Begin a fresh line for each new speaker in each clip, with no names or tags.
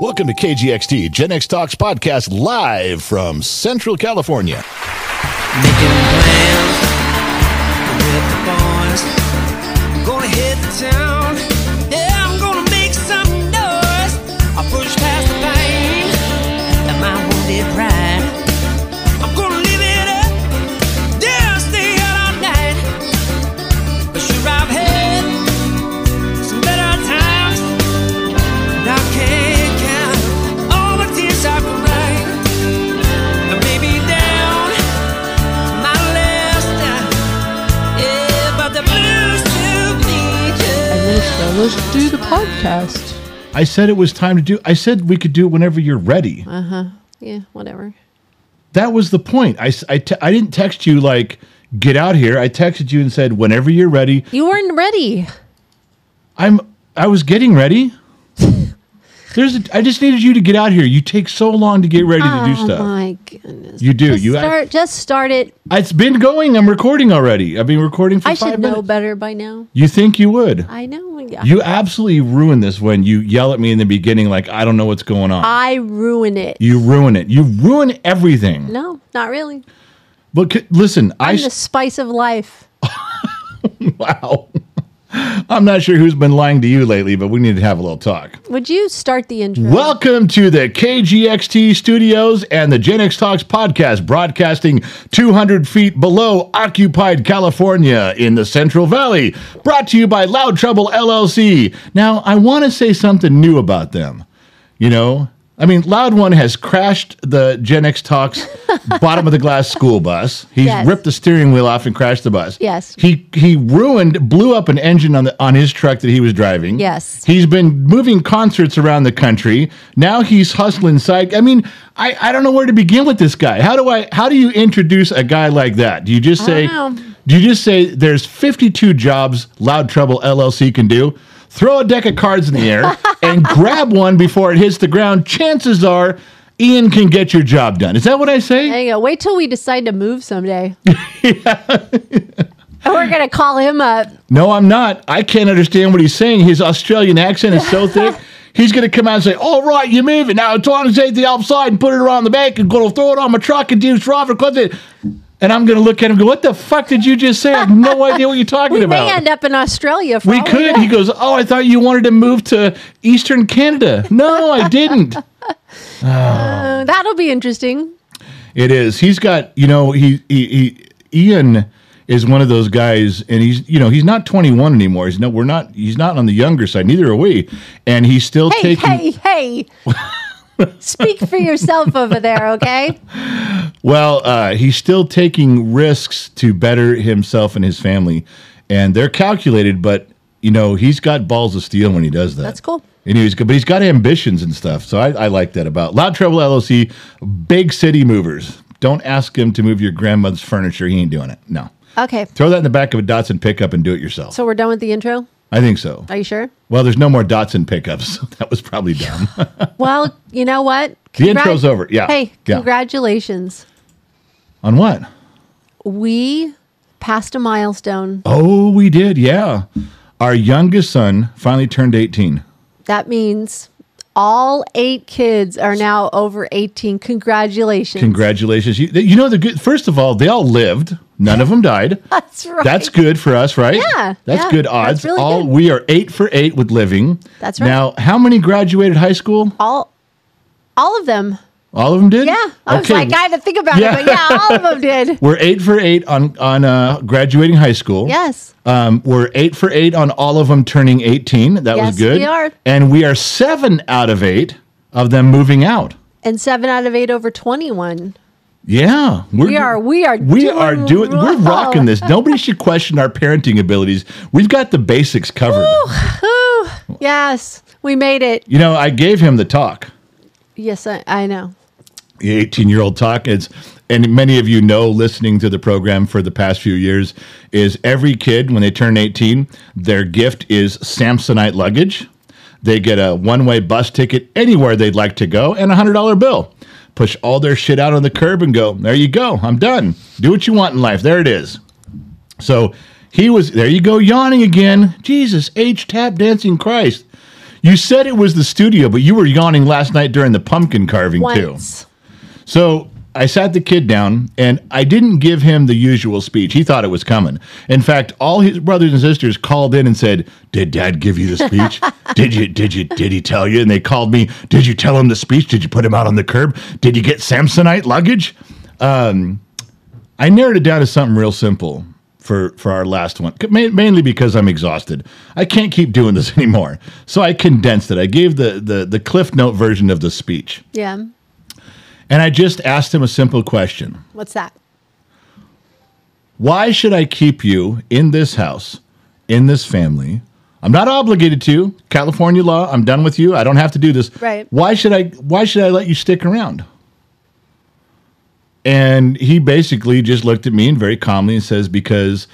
Welcome to KGXT, Gen X Talks podcast, live from Central California.
Making plans with the boys. Gonna hit the town. Yeah, I'm gonna make some noise. I'll push past the pain and my wounded pride. I'm gonna live it up. Yeah, I'll stay out all night. But sure, I've had some better times. And I can't count all the tears I cried. And maybe down. My last time, yeah, but the blues to me just
So let's do the podcast.
I said it was time to do. I said we could do it whenever you're ready.
Uh-huh. Yeah, whatever.
That was the point. I s- I te- I didn't text you like get out here. I texted you and said whenever you're ready.
You weren't ready.
I'm I was getting ready. There's a, I just needed you to get out here. You take so long to get ready to do
oh
stuff.
my goodness.
You do.
Just
You act-
start. just start it.
It's been going. I'm recording already. I've been recording for
I
five
should
minutes.
know better by now.
You think you would?
I know. Yeah.
You absolutely ruin this when you yell at me in the beginning, like I don't know what's going on.
I ruin it.
you ruin it. You ruin everything.
no, not really.
But c- listen, I
I'm
s-
the spice of life.
wow. I'm not sure who's been lying to you lately, but we need to have a little talk.
Would you start the intro?
Welcome to the KGXT studios and the Gen X Talks podcast, broadcasting 200 feet below occupied California in the Central Valley. Brought to you by Loud Trouble LLC. Now, I want to say something new about them. You know, I mean, Loud One has crashed the Gen X Talks bottom of the glass school bus. He's
Yes.
ripped the steering wheel off and crashed the bus.
Yes.
He he ruined, blew up an engine on the on his truck that he was driving.
Yes.
He's been moving concerts around the country. Now he's hustling side. I mean, I, I don't know where to begin with this guy. How do I how do you introduce a guy like that? Do you just say
don't know.
do you just say there's 52 jobs Loud Trouble LLC can do? Throw a deck of cards in the air and grab one before it hits the ground. Chances are Ian can get your job done. Is that what I say?
There you go. Wait till we decide to move someday. And We're gonna call him up.
No, I'm not. I can't understand what he's saying. His Australian accent is so thick. He's going to come out and say, All right, you move it. Now it's time to take the outside and put it around the bank and going to throw it on my truck and do driver clip it. And I'm going to look at him and go, What the fuck did you just say? I have no idea what you're talking
We
about.
may end up in Australia. For
we
all
could.
know.
He goes, Oh, I thought you wanted to move to Eastern Canada. No, I didn't.
Uh, that'll be interesting.
It is. He's got, you know, he, he, he Ian is one of those guys, and he's, you know, he's not 21 anymore. He's no, we're not. He's not on the younger side. Neither are we. And he's still
Hey,
taking.
hey, hey. Speak for yourself over there, okay?
Well, uh, he's still taking risks to better himself and his family, and they're calculated. But you know, he's got balls of steel when he does that.
That's cool.
And he's good, but he's got ambitions and stuff. So I, I like that about Loud Trouble LLC, big city movers. Don't ask him to move your grandmother's furniture. He ain't doing it. No.
Okay.
Throw that in the back of a Datsun pickup and do it yourself.
So we're done with the intro?
I think so.
Are you sure?
Well, there's no more Datsun pickups. So that was probably dumb.
Well, you know what?
The
Congrat-
intro's over. Yeah.
Hey,
Yeah.
congratulations.
On what?
We passed a milestone.
Oh, we did. Yeah. Our youngest son finally turned 18.
That means all eight kids are now over 18. Congratulations.
Congratulations. You, you know, the good, first of all, they all lived, none of them died.
That's right.
That's good for us, right?
Yeah,
That's
yeah,
good
that's
odds.
really
all
good.
we are 8 for 8 with living.
That's right.
Now, how many graduated high school?
all all of them.
All of them did?
Yeah. I was like, I had to think about
Yeah.
it, but yeah, all of them did.
We're 8 for 8 on on uh, graduating high school.
Yes.
Um, we're eight for eight on all of them turning 18. That was
Yes,
good.
we are.
And we are seven out of eight of them moving out.
And 7 out of 8 over 21.
Yeah, we're
We are- we are
we
doing
are doing we're
well.
rocking this. Nobody should question our parenting abilities. We've got the basics covered.
Whew. Yes, we made it.
You know, I gave him the talk,
Yes, I, I know.
the 18 year old talk. It's, and many of you know, listening to the program for the past few years, is every kid, when they turn 18, their gift is Samsonite luggage. They get a one way bus ticket anywhere they'd like to go and a $100 bill. Push all their shit out on the curb and go, there you go, I'm done. Do what you want in life. There it is. So he was there. You go yawning again. Jesus H tap dancing Christ. You said it was the studio, but you were yawning last night during the pumpkin carving too.
Once.
So I sat the kid down and I didn't give him the usual speech. He thought it was coming. In fact, all his brothers and sisters called in and said, "Did Dad give you the speech? did you? Did you? Did he tell you?" And they called me. Did you tell him the speech? Did you put him out on the curb? Did you get Samsonite luggage? Um, I narrowed it down to something real simple for for our last one, ma- mainly because I'm exhausted. I can't keep doing this anymore, so I condensed it. I gave the the the Cliff Note version of the speech,
Yeah.
and I just asked him a simple question:
What's that?
Why should I keep you in this house, in this family? I'm not obligated to California law. I'm done with you. I don't have to do this.
Right.
Why should I? Why should I let you stick around? And he basically just looked at me and very calmly and says, "Because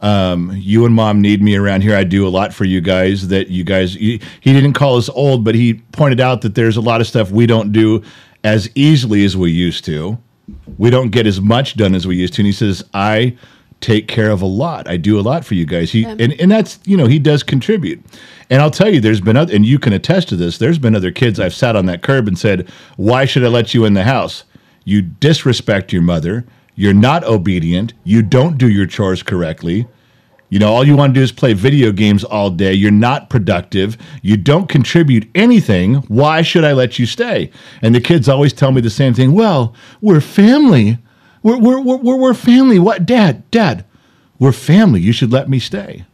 um, you and mom need me around here. I do a lot for you guys. That you guys." He, he didn't call us old, but he pointed out that there's a lot of stuff we don't do as easily as we used to. We don't get as much done as we used to. And he says, "I." take care of a lot. I do a lot for you guys. He and, and that's you know he does contribute. And I'll tell you, there's been other, and you can attest to this. There's been other kids I've sat on that curb and said, "Why should I let you in the house? You disrespect your mother. You're not obedient. You don't do your chores correctly." You know, all you want to do is play video games all day. You're not productive. You don't contribute anything. Why should I let you stay? And the kids always tell me the same thing. Well, we're family. We're, we're, we're, we're, we're family. What? Dad, Dad, we're family. You should let me stay.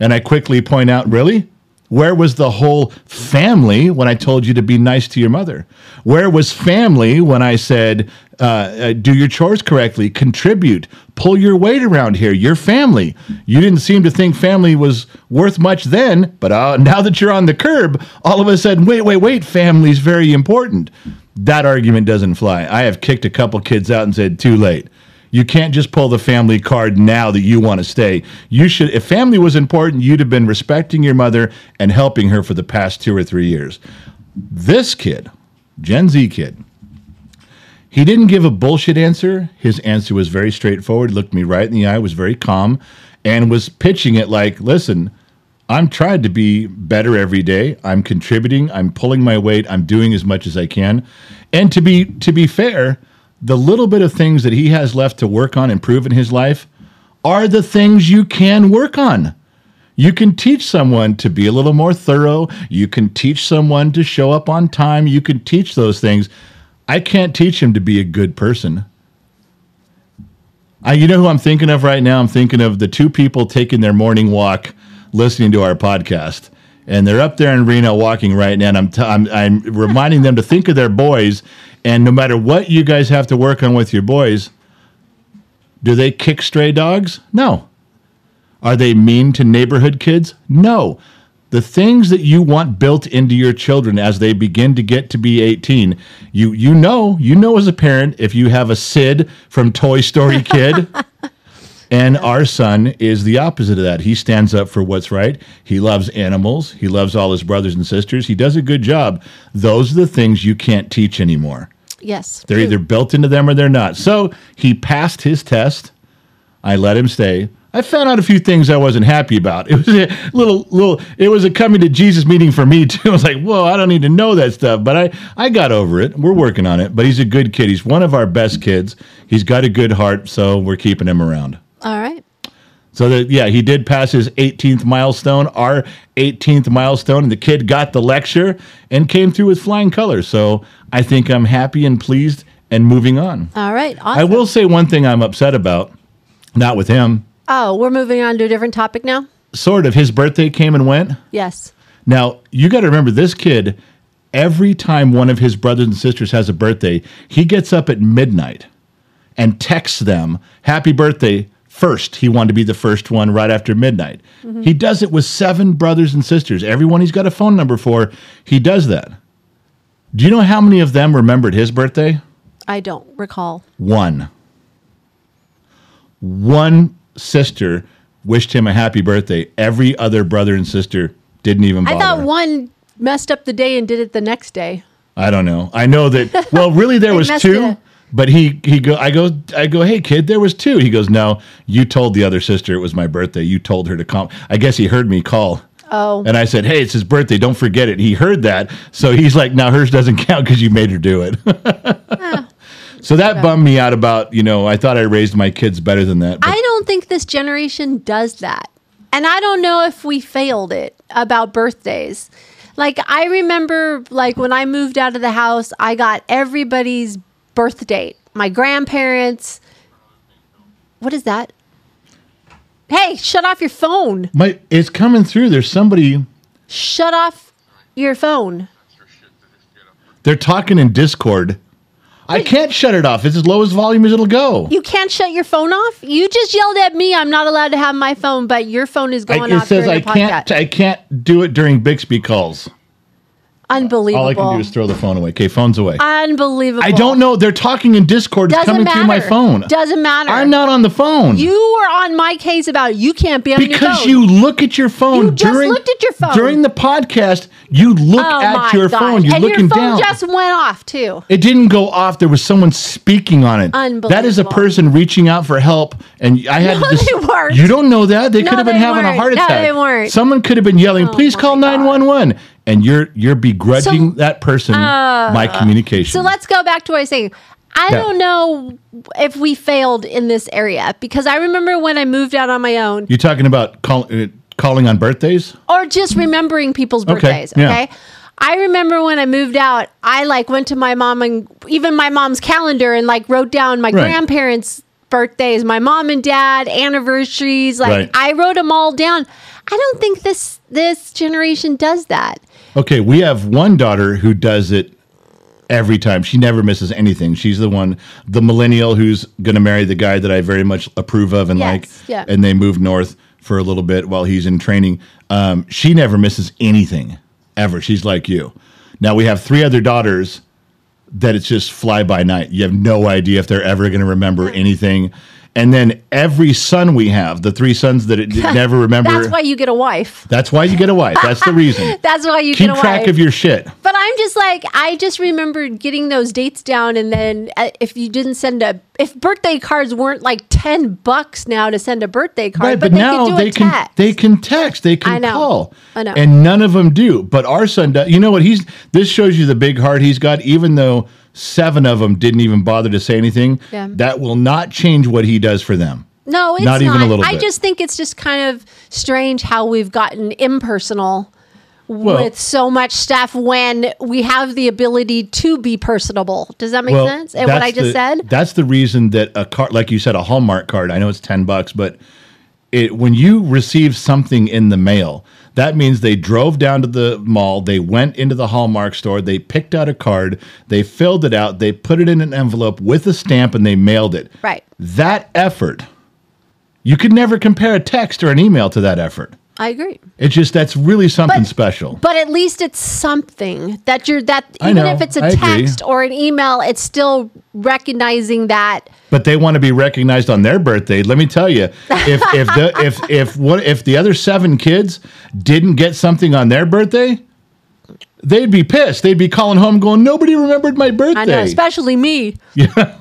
And I quickly point out, really? Where was the whole family when I told you to be nice to your mother? Where was family when I said, uh, uh, do your chores correctly, contribute, pull your weight around here? Your family. You didn't seem to think family was worth much then, but uh, now that you're on the curb, all of a sudden, wait, wait, wait, family's very important. That argument doesn't fly. I have kicked a couple kids out and said, too late. You can't just pull the family card now that you want to stay. You should, if family was important, you'd have been respecting your mother and helping her for the past two or three years. This kid, Gen Z kid, he didn't give a bullshit answer. His answer was very straightforward, looked me right in the eye, was very calm, and was pitching it like, listen, I'm trying to be better every day. I'm contributing. I'm pulling my weight. I'm doing as much as I can. And to be to be fair, the little bit of things that he has left to work on, improve in his life, are the things you can work on. You can teach someone to be a little more thorough. You can teach someone to show up on time. You can teach those things. I can't teach him to be a good person. I, you know who I'm thinking of right now? I'm thinking of the two people taking their morning walk, listening to our podcast, and they're up there in Reno walking right now. And I'm, t- I'm, I'm reminding them to think of their boys. And no matter what you guys have to work on with your boys, do they kick stray dogs? No. Are they mean to neighborhood kids? No. The things that you want built into your children as they begin to get to be 18, you you know, you know as a parent if you have a Sid from Toy Story Kid. And our son is the opposite of that. He stands up for what's right. He loves animals. He loves all his brothers and sisters. He does a good job. Those are the things you can't teach anymore.
Yes.
They're
True.
either built into them or they're not. So he passed his test. I let him stay. I found out a few things I wasn't happy about. It was a little, little. It was a coming to Jesus meeting for me too. I was like, "Whoa, I don't need to know that stuff," but I, I got over it. We're working on it. But he's a good kid. He's one of our best kids. He's got a good heart, so we're keeping him around.
All right.
So that yeah, he did pass his 18th milestone, our 18th milestone, and the kid got the lecture and came through with flying colors. So I think I'm happy and pleased and moving on.
All right. Awesome.
I will say one thing I'm upset about, not with him.
Oh, we're moving on to a different topic now?
Sort of his birthday came and went.
Yes.
Now, you got to remember this kid, every time one of his brothers and sisters has a birthday, he gets up at midnight and texts them, Happy birthday. first. He wanted to be the first one right after midnight.
Mm-hmm.
He does it with seven brothers and sisters. Everyone he's got a phone number for, he does that. Do you know how many of them remembered his birthday?
I don't recall.
One. One sister wished him a happy birthday. Every other brother and sister didn't even bother.
I thought one messed up the day and did it the next day.
I don't know. I know that. Well, really, there
They
was
messed it
two.
up.
But he he go I go I go hey kid there was two he goes no you told the other sister it was my birthday you told her to come I guess he heard me call
Oh.
and I said hey it's his birthday don't forget it he heard that so he's like now hers doesn't count because you made her do it so that bummed me out about you know I thought I raised my kids better than that but
I don't think this generation does that. And I don't know if we failed it about birthdays. Like I remember like when I moved out of the house, I got everybody's birth date. My grandparents. What is that? Hey, shut off your phone.
my it's coming through there's somebody
Shut off your phone.
they're talking in Discord I can't shut it off it's as low as volume as it'll go
You can't shut your phone off. You just yelled at me. I'm not allowed to have my phone, but your phone is
I-
going
it
off
says I
during the
can't.
podcast.
I can't do it during Bixby calls.
Unbelievable.
All I can do is throw the phone away. Okay, phone's away. I,
Unbelievable.
don't know. They're talking in Discord. It's
Doesn't
coming
matter.
through my phone.
Doesn't matter.
I'm not on the phone.
You were on my case about you can't be on your
because
phone.
you look at your phone
You just
during
looked at your phone.
during the podcast. You look
oh my
at your
gosh.
phone. You're
and
looking
your phone
down.
just went off too.
it didn't go off. There was someone speaking on it. That is a
Unbelievable.
person reaching out for help, and I had
No,
to. dis-
they weren't.
You don't know that they
No,
could have been
they
having a
weren't.
heart
No,
attack.
they weren't. Oh
Someone could have been yelling, "Please
my
call
God.
911," and you're you're begrudging
So- uh,
that person my communication.
So let's go back to what I was saying. I
Yeah.
don't know if we failed in this area because I remember when I moved out on my own
you talking about call, uh, calling on birthdays?
or just remembering people's birthdays.
yeah.
Okay. I remember when I moved out, I like went to my mom and even my mom's calendar and like wrote down my
Right.
grandparents' birthdays, my mom and dad, anniversaries. Like
Right.
I wrote them all down. I don't think this this generation does that.
Okay, we have one daughter who does it every time. She never misses anything. She's the one, the millennial who's going to marry the guy that I very much approve of and
Yes,
like.
yeah.
And they move north for a little bit while he's in training. Um, she never misses anything ever. She's like you. Now we have three other daughters that it's just fly by night. You have no idea if they're ever going to remember anything. And then every son we have, the three sons that it d- never remember.
That's why you get a wife.
That's why you get a wife. That's the reason.
That's why you
Keep
get a
track
wife.
of your shit.
But I'm just like I just remembered getting those dates down, and then uh, if you didn't send a if birthday cards weren't like ten bucks now to send a birthday card,
Right,
but,
but,
they
now
could do
they
a
can
text.
they can text, they can
I know.
call,
I know.
and none of them do. But our son does. You know what? He's this shows you the big heart he's got. Even though seven of them didn't even bother to say anything,
Yeah.
that will not change what he does for them.
no, it's
Not
not.
even a little
I
bit.
just think it's just kind of strange how we've gotten impersonal with so much stuff when we have the ability to be personable. Does that make
well,
sense? And what
that's
I just
the-
said.
That's the reason that a card, like you said, a Hallmark card. I know it's ten bucks, but it when you receive something in the mail, that means they drove down to the mall, they went into the Hallmark store, they picked out a card, they filled it out, they put it in an envelope with a stamp, and they mailed it.
Right.
That effort, you could never compare a text or an email to that effort.
I agree.
It's just that's really something
But-
special.
But at least it's something that you're that
I
even
know,
if it's
I
a
agree.
text or an email, it's still recognizing that
but they want to be recognized on their birthday. Let me tell you, if if the if if what if the other seven kids didn't get something on their birthday, they'd be pissed. They'd be calling home, going, "Nobody remembered my birthday."
I know, especially me. Yeah.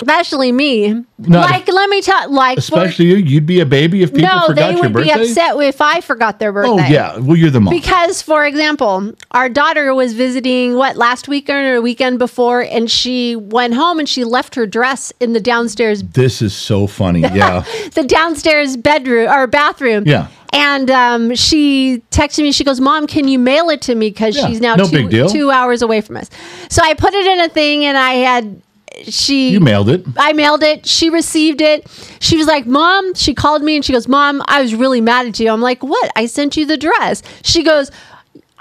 especially me.
Not-
like let me tell like for-
Especially you, you'd be a baby if people
no,
forgot
they
your
would be
birthday.
upset if I forgot their birthday.
Oh yeah, well you're the mom.
Because, for example, our daughter was visiting what last weekend or weekend before, and she went home and she left her dress in the downstairs
this is so funny. Yeah,
the downstairs bedroom or bathroom.
Yeah.
And um, she texted me. She goes, "Mom, can you mail it to me? Because
Yeah,
she's now
no
two,
big deal.
two hours away from us." So I put it in a thing, and I had she.
you mailed it.
I mailed it. She received it. She was like, Mom, she called me and she goes, Mom, I was really mad at you. I'm like, What? I sent you the dress. She goes,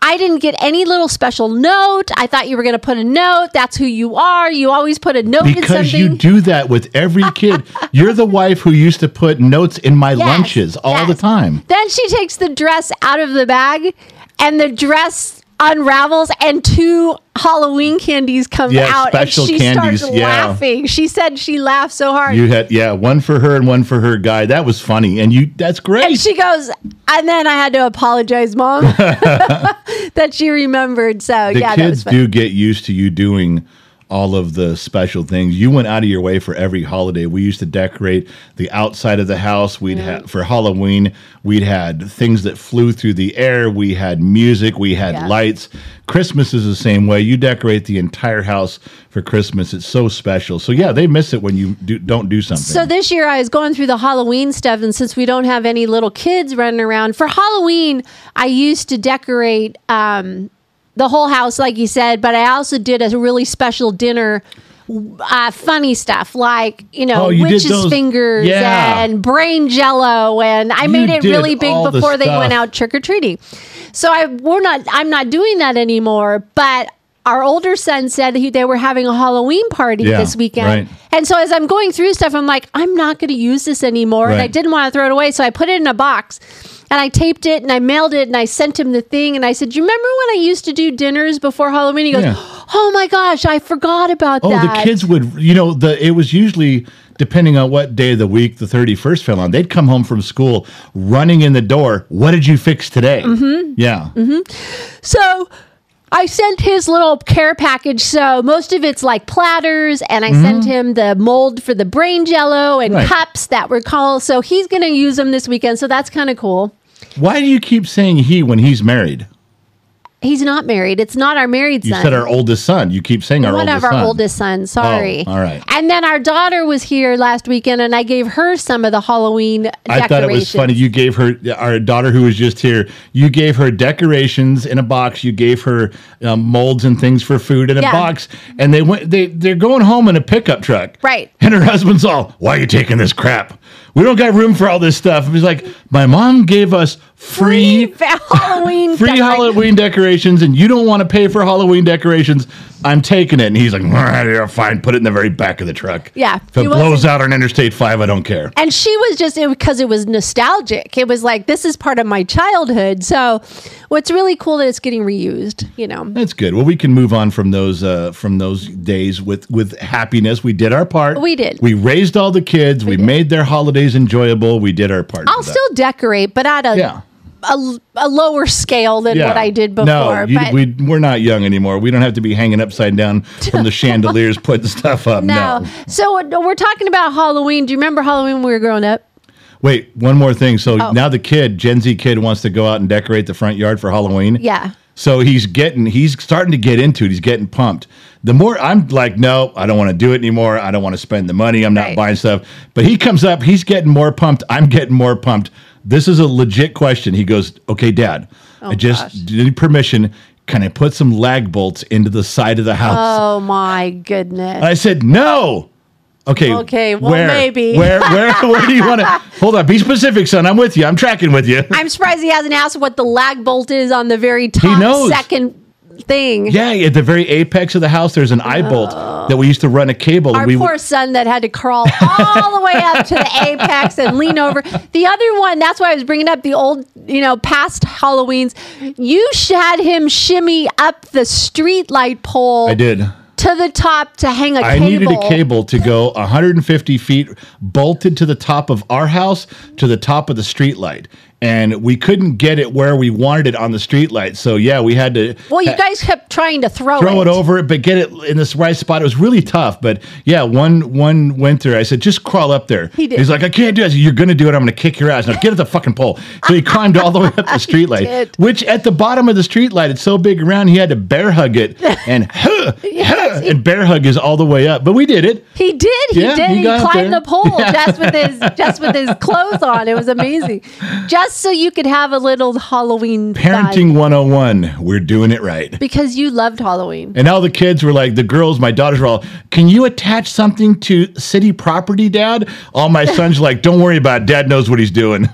I didn't get any little special note. I thought you were going to put a note. That's who you are. You always put a note in
Because
something.
you do that with every kid. You're the wife who used to put notes in my
Yes,
lunches all the
yes.
time.
Then she takes the dress out of the bag, and the dress unravels, and two Halloween candies come
Yeah,
out,
special
and she
candies,
starts
yeah.
laughing. She said she laughed so hard.
You had yeah, one for her and one for her guy. That was funny, and you that's great.
and she goes, and then I had to apologize, mom, that she remembered. So
the
yeah, that was
kids
fun.
do get used to you doing all of the special things. You went out of your way for every holiday. We used to decorate the outside of the house. We'd have for Halloween, we'd had things that flew through the air. We had music, we had
Yeah.
lights. Christmas is the same way. You decorate the entire house for Christmas. It's so special. So yeah, they miss it when you do, don't do something.
So this year I was going through the Halloween stuff, and since we don't have any little kids running around for Halloween, I used to decorate um, the whole house, like you said. But I also did a really special dinner. Uh, funny stuff like you know
Oh, you did
witches
those-
fingers
Yeah.
and brain jello and I
You
made it
did
really big
all the
before they went
stuff.
out trick or treating. So I we're not I'm not doing that anymore. But our older son said he, they were having a Halloween party
Yeah,
this weekend,
right.
and so as I'm going through stuff, I'm like, I'm not going to use this anymore. And I
Right.
didn't want to throw it away. So I put it in a box and I taped it and I mailed it and I sent him the thing. And I said, You remember when I used to do dinners before Halloween? He goes,
Yeah.
Oh my gosh, I forgot about
Oh,
that.
the kids would, you know, the it was usually depending on what day of the week the 31st fell on. They'd come home from school running in the door. What did you fix today? Mm-hmm. Yeah.
So I sent his little care package. So most of it's like platters, and I sent him the mold for the brain jello and
Mm-hmm. Right.
cups that were called. So he's going to use them this weekend. So that's kind of cool.
Why do you keep saying he when he's married?
He's not married. It's not our married
You
son.
said our oldest son. You keep saying our
one
oldest
of our
son.
oldest sons. Sorry.
Oh, all right.
And then our daughter was here last weekend, and I gave her some of the Halloween.
I thought it was
decorations.
funny. You gave her our daughter who was just here. You gave her decorations in a box. You gave her um, molds and things for food in a
Yeah.
box. And they went. They they're going home in a pickup truck.
Right.
And her husband's all, "Why are you taking this crap? We don't got room for all this stuff." And he's like, "My mom gave us free."
Free Halloween.
Free
decoration.
Halloween decorations, and you don't want to pay for Halloween decorations. I'm taking it, and he's like, "All right, yeah, "Fine, put it in the very back of the truck."
Yeah,
if it
he
blows
wasn't-
out on Interstate Five, I don't care.
And she was just it because it was nostalgic. It was like this is part of my childhood. So, what's really cool that it's getting reused. You know,
That's good. Well, we can move on from those uh, from those days with with happiness. We did our part.
We did.
We raised all the kids. We, made their holidays enjoyable. We did our part.
I'll
for that.
still decorate, but at a
Yeah.
a, a lower scale than
Yeah.
what I did before.
No, you,
but
we we're not young anymore. We don't have to be hanging upside down from the chandeliers putting stuff up.
no.
no.
So uh, we're talking about Halloween. Do you remember Halloween when we were growing up?
Wait, one more thing. So
Oh.
now the kid, Gen Z kid, wants to go out and decorate the front yard for Halloween.
Yeah.
So he's getting, he's starting to get into it. He's getting pumped. The more I'm like, no, I don't want to do it anymore. I don't want to spend the money. I'm not
Right.
buying stuff. But he comes up, he's getting more pumped. I'm getting more pumped. This is a legit question. He goes, okay, dad, I just
Oh, gosh.
need permission. Can I put some lag bolts into the side of the house?
Oh my goodness.
I said, no. Okay.
Okay, well,
where,
maybe.
Where, where, where do you want to? Hold on. Be specific, son. I'm with you. I'm tracking with you.
I'm surprised he hasn't asked what the lag bolt is on the very top
knows.
second thing.
Yeah, at the very apex of the house, there's an eye bolt that we used to run a cable. and
Oh. Our
we would-
poor son that had to crawl all the way up to the apex and lean over. The other one, that's why I was bringing up the old, you know, past Halloweens. You sh- had him shimmy up the streetlight pole
I did.
to the top to hang a
I
cable.
needed a cable to go 150 feet bolted to the top of our house to the top of the streetlight. And we couldn't get it where we wanted it on the streetlight. So, yeah, we had to.
Well, you
ha-
guys kept trying to throw,
throw it over it, but get it in this right spot. It was really tough, but yeah, one one winter I said, just crawl up there.
He did.
He's like, I can't do it. I said, You're gonna do it. I'm gonna kick your ass. Now get at the fucking pole. So he climbed all the way up the
did.
streetlight, which at the bottom of the streetlight, it's so big around, he had to bear hug it and huh, huh, and bear hug is all the way up. But we did it.
He did. He
Yeah,
did.
he
He,
got up
climbed
there.
the pole just with his just with his clothes on. It was amazing. Just so you could have a little Halloween vibe.
Parenting 101. We're doing it right.
because you loved Halloween.
And all the kids were like, the girls, my daughters were all, can you attach something to city property, dad? All my sons were like, don't worry about it. Dad knows what he's doing.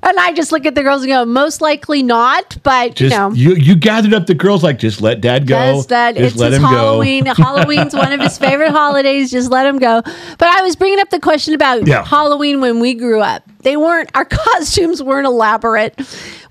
And I just look at the girls and go, most likely not, but
Just
you know.
you you gathered up the girls like just let dad go.
Does that
just
it's his Halloween. Halloween's one of his favorite holidays. Just let him go. But I was bringing up the question about
Yeah.
Halloween when we grew up. They weren't our costumes weren't elaborate.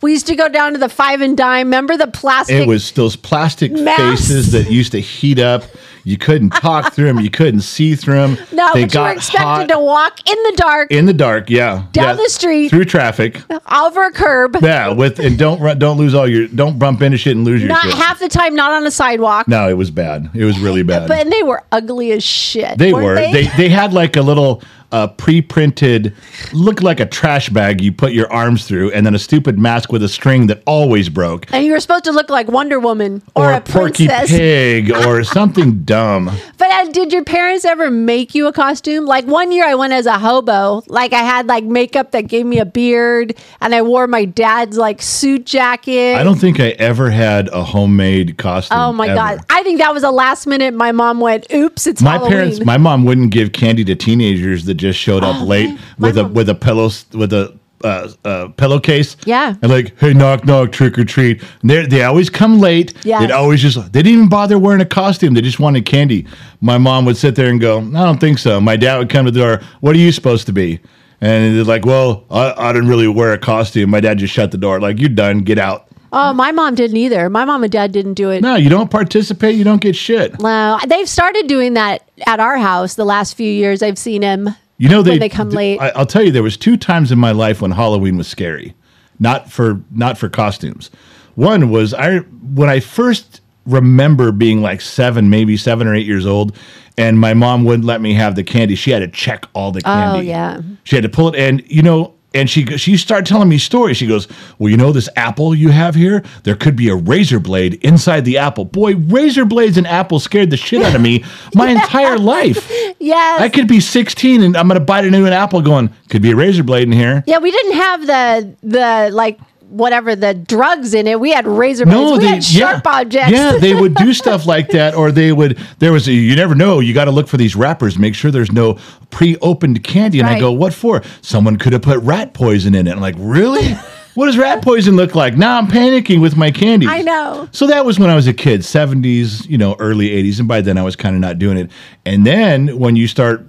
We used to go down to the five and dime. Remember the plastic
It was those plastic
Masks.
faces that used to heat up. You couldn't talk through them. You couldn't see through them.
no, but you were expected to walk in the dark
in the dark. Yeah,
Down
Yeah.
the street.
through traffic.
over a curb.
Yeah, with and don't run, don't lose all your don't bump into shit and lose your
Not
shit.
half the time, not on a sidewalk.
no, it was bad. It was really bad.
But and they were ugly as shit.
They
weren't
were. They? they had like a little uh, pre-printed, looked like a trash bag. You put your arms through, and then a stupid mask with a string that always broke,
and you were supposed to look like Wonder Woman or,
or,
a,
a Porky
princess.
Pig, or something dumb.
But uh, did your parents ever make you a costume? Like one year I went as a hobo. Like I had like makeup that gave me a beard and I wore my dad's like suit jacket.
I don't think I ever had a homemade costume.
Oh my
ever.
god. I think that was a last minute my mom went, "Oops, it's
My
Halloween."
parents, my mom wouldn't give candy to teenagers that just showed up late with a with a pillow with a uh, uh, pillowcase.
Yeah.
and like, hey, knock knock, trick or treat. And They they always come late.
Yes.
they'd always just they didn't even bother wearing a costume. They just wanted candy. My mom would sit there and go, I don't think so. My dad would come to the door. What are you supposed to be? And they're like, well, I, I didn't really wear a costume. My dad just shut the door. Like, you're done. Get out.
oh, my mom didn't either. My mom and dad didn't do it.
No, you don't participate. You don't get shit.
No, they've started doing that at our house the last few years. I've seen him.
You know they,
they come late.
I, I'll tell you, there was two times in my life when Halloween was scary, not for not for costumes. One was I when I first remember being like seven, maybe seven or eight years old, and my mom wouldn't let me have the candy. She had to check all the candy.
Oh, yeah.
she had to pull it, and you know. And she go- she started telling me stories. She goes, "Well, you know this apple you have here. There could be a razor blade inside the apple. Boy, razor blades and apples scared the shit out of me my entire life.
Yes.
I could be 16 and I'm going to bite into an apple going, could be a razor blade in here.
yeah, we didn't have the the like whatever the drugs in it. We had razor blades. we had sharp
yeah,
objects.
Yeah, they would do stuff like that, or they would. There was, a, you never know. You got to look for these wrappers. Make sure there's no pre-opened candy. And I
Right.
go, what for? Someone could have put rat poison in it. I'm like, really? what does rat poison look like? Now I'm panicking with my candy.
I know.
So that was when I was a kid, 70s, you know, early 80s, and by then I was kind of not doing it. And then when you start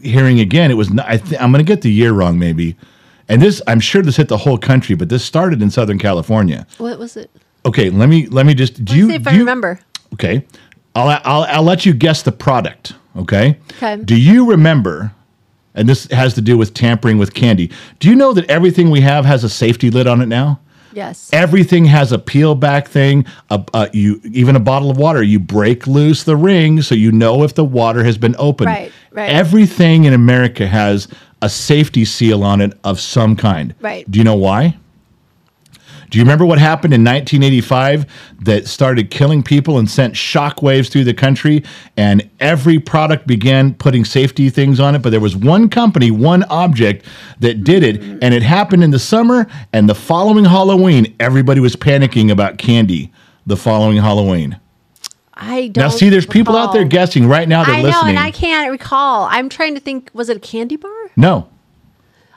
hearing again, it was not, I th- I'm going to get the year wrong maybe. And this, I'm sure this hit the whole country, but this started in Southern California.
What was it?
Okay, let me let me just do
Let's
you
see if
do
I
you-
remember.
Okay, I'll, I'll I'll let you guess the product. Okay.
Okay.
Do you remember? And this has to do with tampering with candy. Do you know that everything we have has a safety lid on it now?
Yes.
Everything has a peel back thing. A, a, you even a bottle of water. You break loose the ring so you know if the water has been opened.
Right, right.
Everything in America has a safety seal on it of some kind.
Right.
Do you know why? Do you remember what happened in 1985 that started killing people and sent shockwaves through the country? And every product began putting safety things on it, but there was one company, one object that did it, and it happened in the summer. And the following Halloween, everybody was panicking about candy. The following Halloween.
I don't.
Now, see, there's people out there
recall.
guessing right now. They're
I know,
listening.
and I can't recall. I'm trying to think. Was it a candy bar?
no,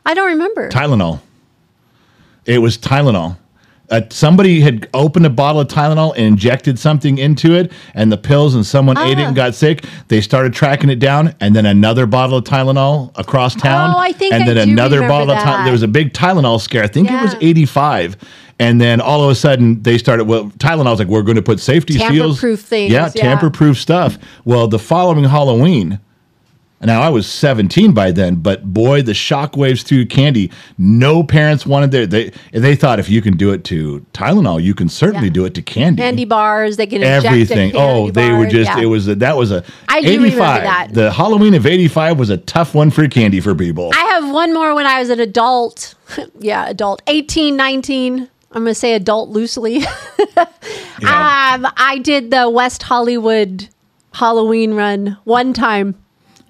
I don't remember.
Tylenol. It was Tylenol. Uh, somebody had opened a bottle of Tylenol and injected something into it, and the pills, and someone ate it and
Ah.
got sick. They started tracking it down, and then another bottle of Tylenol across town.
Oh, I think
And
I
then
do
another
remember
bottle of Tylenol.
that.
There was a big Tylenol scare. I think it was
Yeah.
85. And then all of a sudden, they started. Well, Tylenol's like, we're going to put safety seals.
Tamper-proof things,
Yeah,
yeah.
tamper proof stuff. Well, the following Halloween, now I was 17 by then, but boy, the shockwaves through candy. No parents wanted their they they thought if you can do it to Tylenol, you can certainly
Yeah.
do it to candy.
Candy bars. They can inject a
Everything.
candy
Oh, they
bar,
were just
yeah.
it was a, that was a
I do remember that.
The Halloween of 85 was a tough one for candy for people.
I have one more when I was an adult. yeah, adult. 18, 19. I'm going to say adult loosely.
Yeah.
um, I did the West Hollywood Halloween run one time.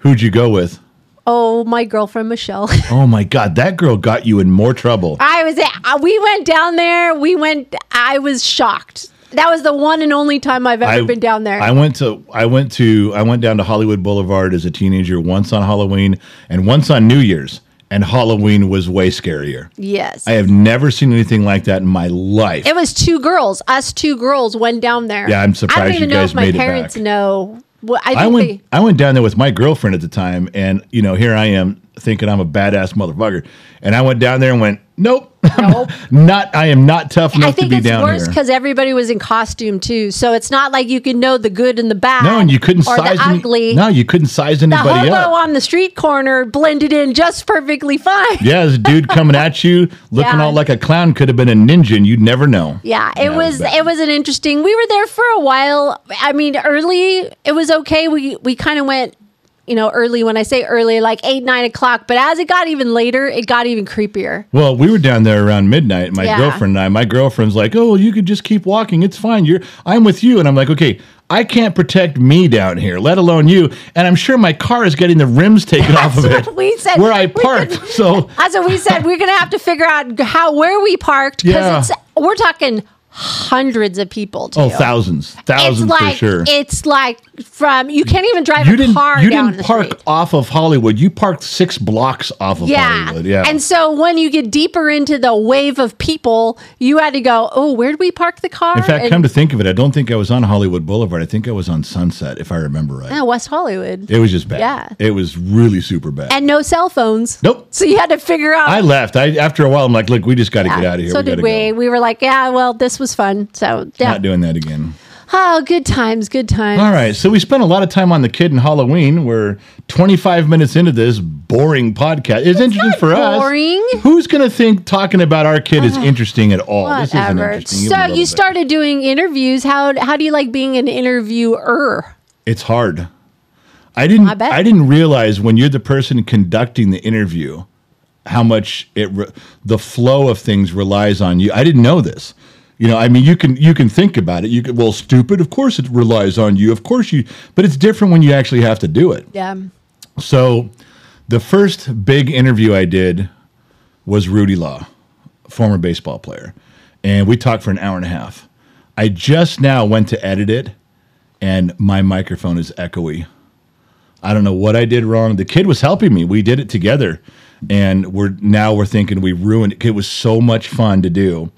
Who'd you go with?
Oh, my girlfriend Michelle.
Oh my god, that girl got you in more trouble.
I was. uh, We went down there. We went. I was shocked. That was the one and only time I've ever been down there.
I went to I went to I went down to Hollywood Boulevard as a teenager once on Halloween and once on New Year's. and Halloween was way scarier.
Yes.
I have never seen anything like that in my life.
It was two girls. Us two girls went down there.
Yeah, I'm
I
surprised
don't
you
even know
guys
if my
made it
parents
back.
know. Well, I think
I went
they,
I went down there with my girlfriend at the time, and you know, here I am thinking I'm a badass motherfucker, and I went down there and went, nope,
Nope.
not I am not tough enough
I think
to be
it's
down
worse
here.
because everybody was in costume too. So it's not like you could know the good and the bad.
No, and you couldn't
or
size
the
any-
ugly.
no, you couldn't size
the
anybody
hobo
up.
on the street corner blended in just perfectly fine. Yeah,
Yeah, there's a dude coming at you looking
Yeah.
all like a clown could have been a ninja, and you'd never know.
it
it was
was
bad.
it was an interesting. We were there for a while. I mean, early it was okay. We we kind of went, you know, early. When I say early, like eight nine o'clock. But as it got even later, it got even creepier.
Well, we were down there around midnight. My
Yeah.
girlfriend and I. My girlfriend's like, "Oh, you could just keep walking. It's fine. You're. I'm with you." And I'm like, "Okay, I can't protect me down here, let alone you." And I'm sure my car is getting the rims taken off of it
That's what we said.
where I
We
parked.
couldn't-
so
That's what we said. We're gonna have to figure out how where we parked because
Yeah.
it's we're talking hundreds of people. Too.
oh, thousands,
It's
thousands
like
for sure.
it's like from you can't even drive
you
a
didn't.
car
You
down
didn't
the
park
street.
off of Hollywood. You parked six blocks off of
Yeah.
Hollywood. Yeah.
and so when you get deeper into the wave of people, you had to go. Oh, where did we park the car?
in fact,
And-
come to think of it, I don't think I was on Hollywood Boulevard. I think I was on Sunset, if I remember right.
Yeah, West Hollywood,
It was just bad.
Oh, Yeah.
It was really super bad.
and no cell phones.
Nope.
So you had to figure out.
I left. I after a while, I'm like, look, we just got to get out of here.
So
we
did
gotta
we?
Go.
We were like, yeah, well, this was fun. So yeah.
Not doing that again.
Oh, good times, good times.
All right. So we spent a lot of time on the kid and Halloween. We're 25 minutes into this boring podcast. It's, interesting
not
for
boring. Uh,
us. Who's going to think talking about our kid is interesting at all? This isn't
Whatever.
interesting. even a
so
little
you
bit.
started doing interviews. How how do you like being an interviewer?
It's hard. I didn't.
I bet.
I didn't realize when you're the person conducting the interview, how much it re- the flow of things relies on you. I didn't know this. You know, I mean, you can you can think about it. You can well, stupid. Of course, it relies on you. Of course, you. But it's different when you actually have to do it.
Yeah.
So, the first big interview I did was Rudy Law, former baseball player, and we talked for an hour and a half. I just now went to edit it, and my microphone is echoey. I don't know what I did wrong. The kid was helping me. We did it together, and we're now we're thinking we ruined it. It was so much fun to do.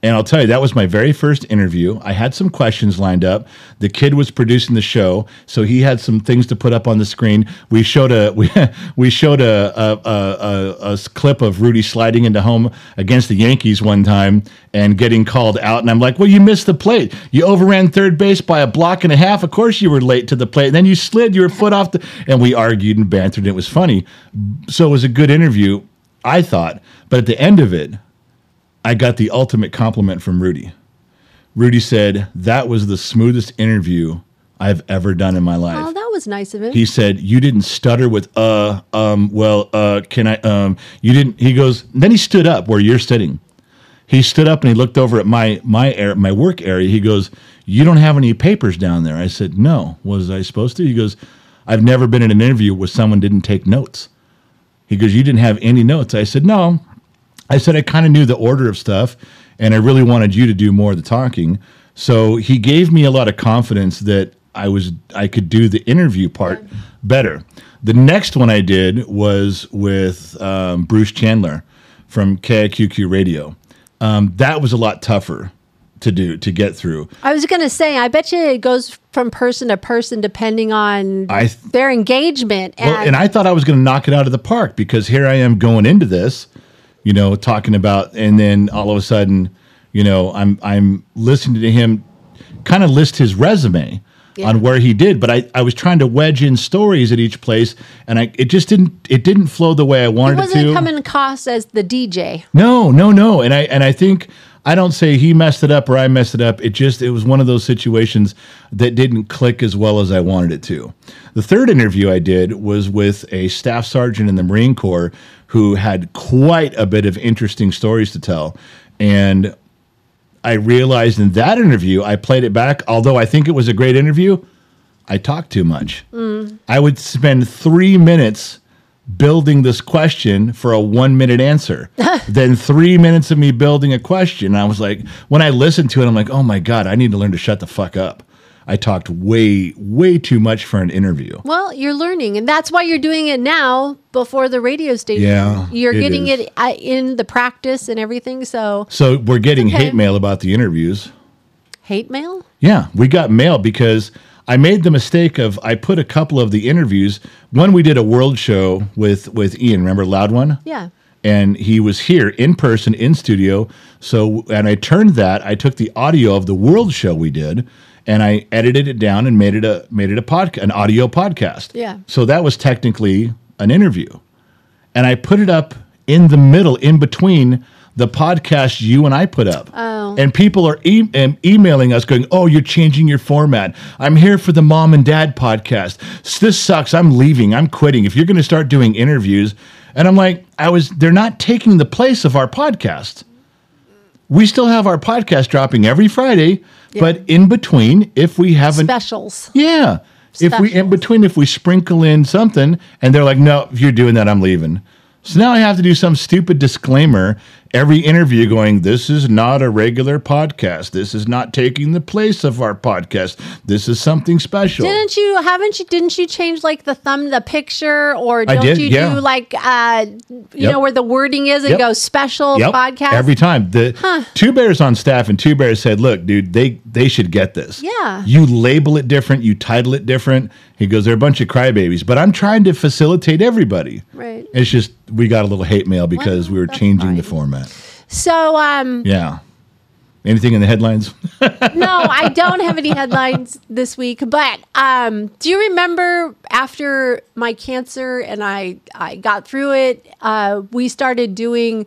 And I'll tell you, that was my very first interview. I had some questions lined up. The kid was producing the show, so he had some things to put up on the screen. We showed a we, we showed a a, a, a a s- clip of Rudy sliding into home against the Yankees one time and getting called out. And I'm like, well, you missed the plate. You overran third base by a block and a half. Of course, you were late to the plate. And then you slid your foot off the. And we argued and bantered. And it was funny. So it was a good interview, I thought. But at the end of it, I got the ultimate compliment from Rudy. Rudy said, That was the smoothest interview I've ever done in my life.
Oh, that was nice of him.
He said, "You didn't stutter with uh um well uh can I um you didn't." He goes. Then he stood up where you're sitting. He stood up and he looked over at my my air, my work area. He goes, "You don't have any papers down there." I said, "No." Was I supposed to? He goes, "I've never been in an interview where someone didn't take notes." He goes, "You didn't have any notes." I said, "No." I said I kind of knew the order of stuff, and I really wanted you to do more of the talking. So he gave me a lot of confidence that I was I could do the interview part better. The next one I did was with um, Bruce Chandler from KIQQ Radio. Um, that was a lot tougher to do to get through.
I was gonna say, I bet you it goes from person to person depending on
I th-
their engagement. And,
Well, and I thought I was going to knock it out of the park because here I am going into this, you know, talking about, and then all of a sudden, you know, I'm I'm listening to him kind of list his resume
Yeah.
on where he did, but I, I was trying to wedge in stories at each place, and I it just didn't it didn't flow the way I
it
wanted it,
wasn't
to.
coming across as the DJ.
No, no, no. And I and I think I don't say he messed it up or I messed it up. It just it was one of those situations that didn't click as well as I wanted it to. The third interview I did was with a staff sergeant in the Marine Corps who had quite a bit of interesting stories to tell. And I realized in that interview, I played it back, although I think it was a great interview, I talked too much. I would spend three minutes building this question for a one minute answer, then three minutes of me building a question. I was like, when I listened to it, I'm like, oh my God, I need to learn to shut the fuck up. I talked way, way too much for an interview.
Well, you're learning, and that's why you're doing it now before the radio station.
Yeah,
you're
it
getting
is.
it uh, in the practice and everything. So
So we're getting
Okay.
hate mail about the interviews.
hate mail.
Yeah, we got mail because I made the mistake of I put a couple of the interviews. One we did a world show with with Ian, remember Loud One?
Yeah.
And he was here in person in studio. So and I turned that, I took the audio of the world show we did and I edited it down and made it a made it a podcast an audio podcast.
Yeah.
So that was technically an interview. And I put it up in the middle in between the podcast you and I put up.
Oh.
And people are e- em- emailing us going, "Oh, you're changing your format. I'm here for the mom and dad podcast. S- This sucks. I'm leaving. I'm quitting. If you're going to start doing interviews." And I'm like, "I was they're not taking the place of our podcast." We still have our podcast dropping every Friday, but in between, if we haven't
Specials.
yeah. If we in
Specials.
between, if we sprinkle in something, and they're like, "No, if you're doing that, I'm leaving." So now I have to do some stupid disclaimer every interview, going, "This is not a regular podcast. This is not taking the place of our podcast. This is something special."
Didn't you? Haven't you? Didn't you change like the thumb, the picture, or don't
did,
you
yeah.
do like uh, you
Yep.
know where the wording is? It
Yep.
goes special
Yep,
podcast.
every time. The two bears on staff and two bears said, "Look, dude, they they should get this.
Yeah.
you label it different, you title it different." He goes, "They're a bunch of crybabies," but I'm trying to facilitate everybody.
Right.
It's just we got a little hate mail because we were
that's
changing the
fine.
format.
so um,
Yeah. Anything in the headlines?
no, I don't have any headlines this week. But um, do you remember after my cancer and I I got through it? Uh, we started doing.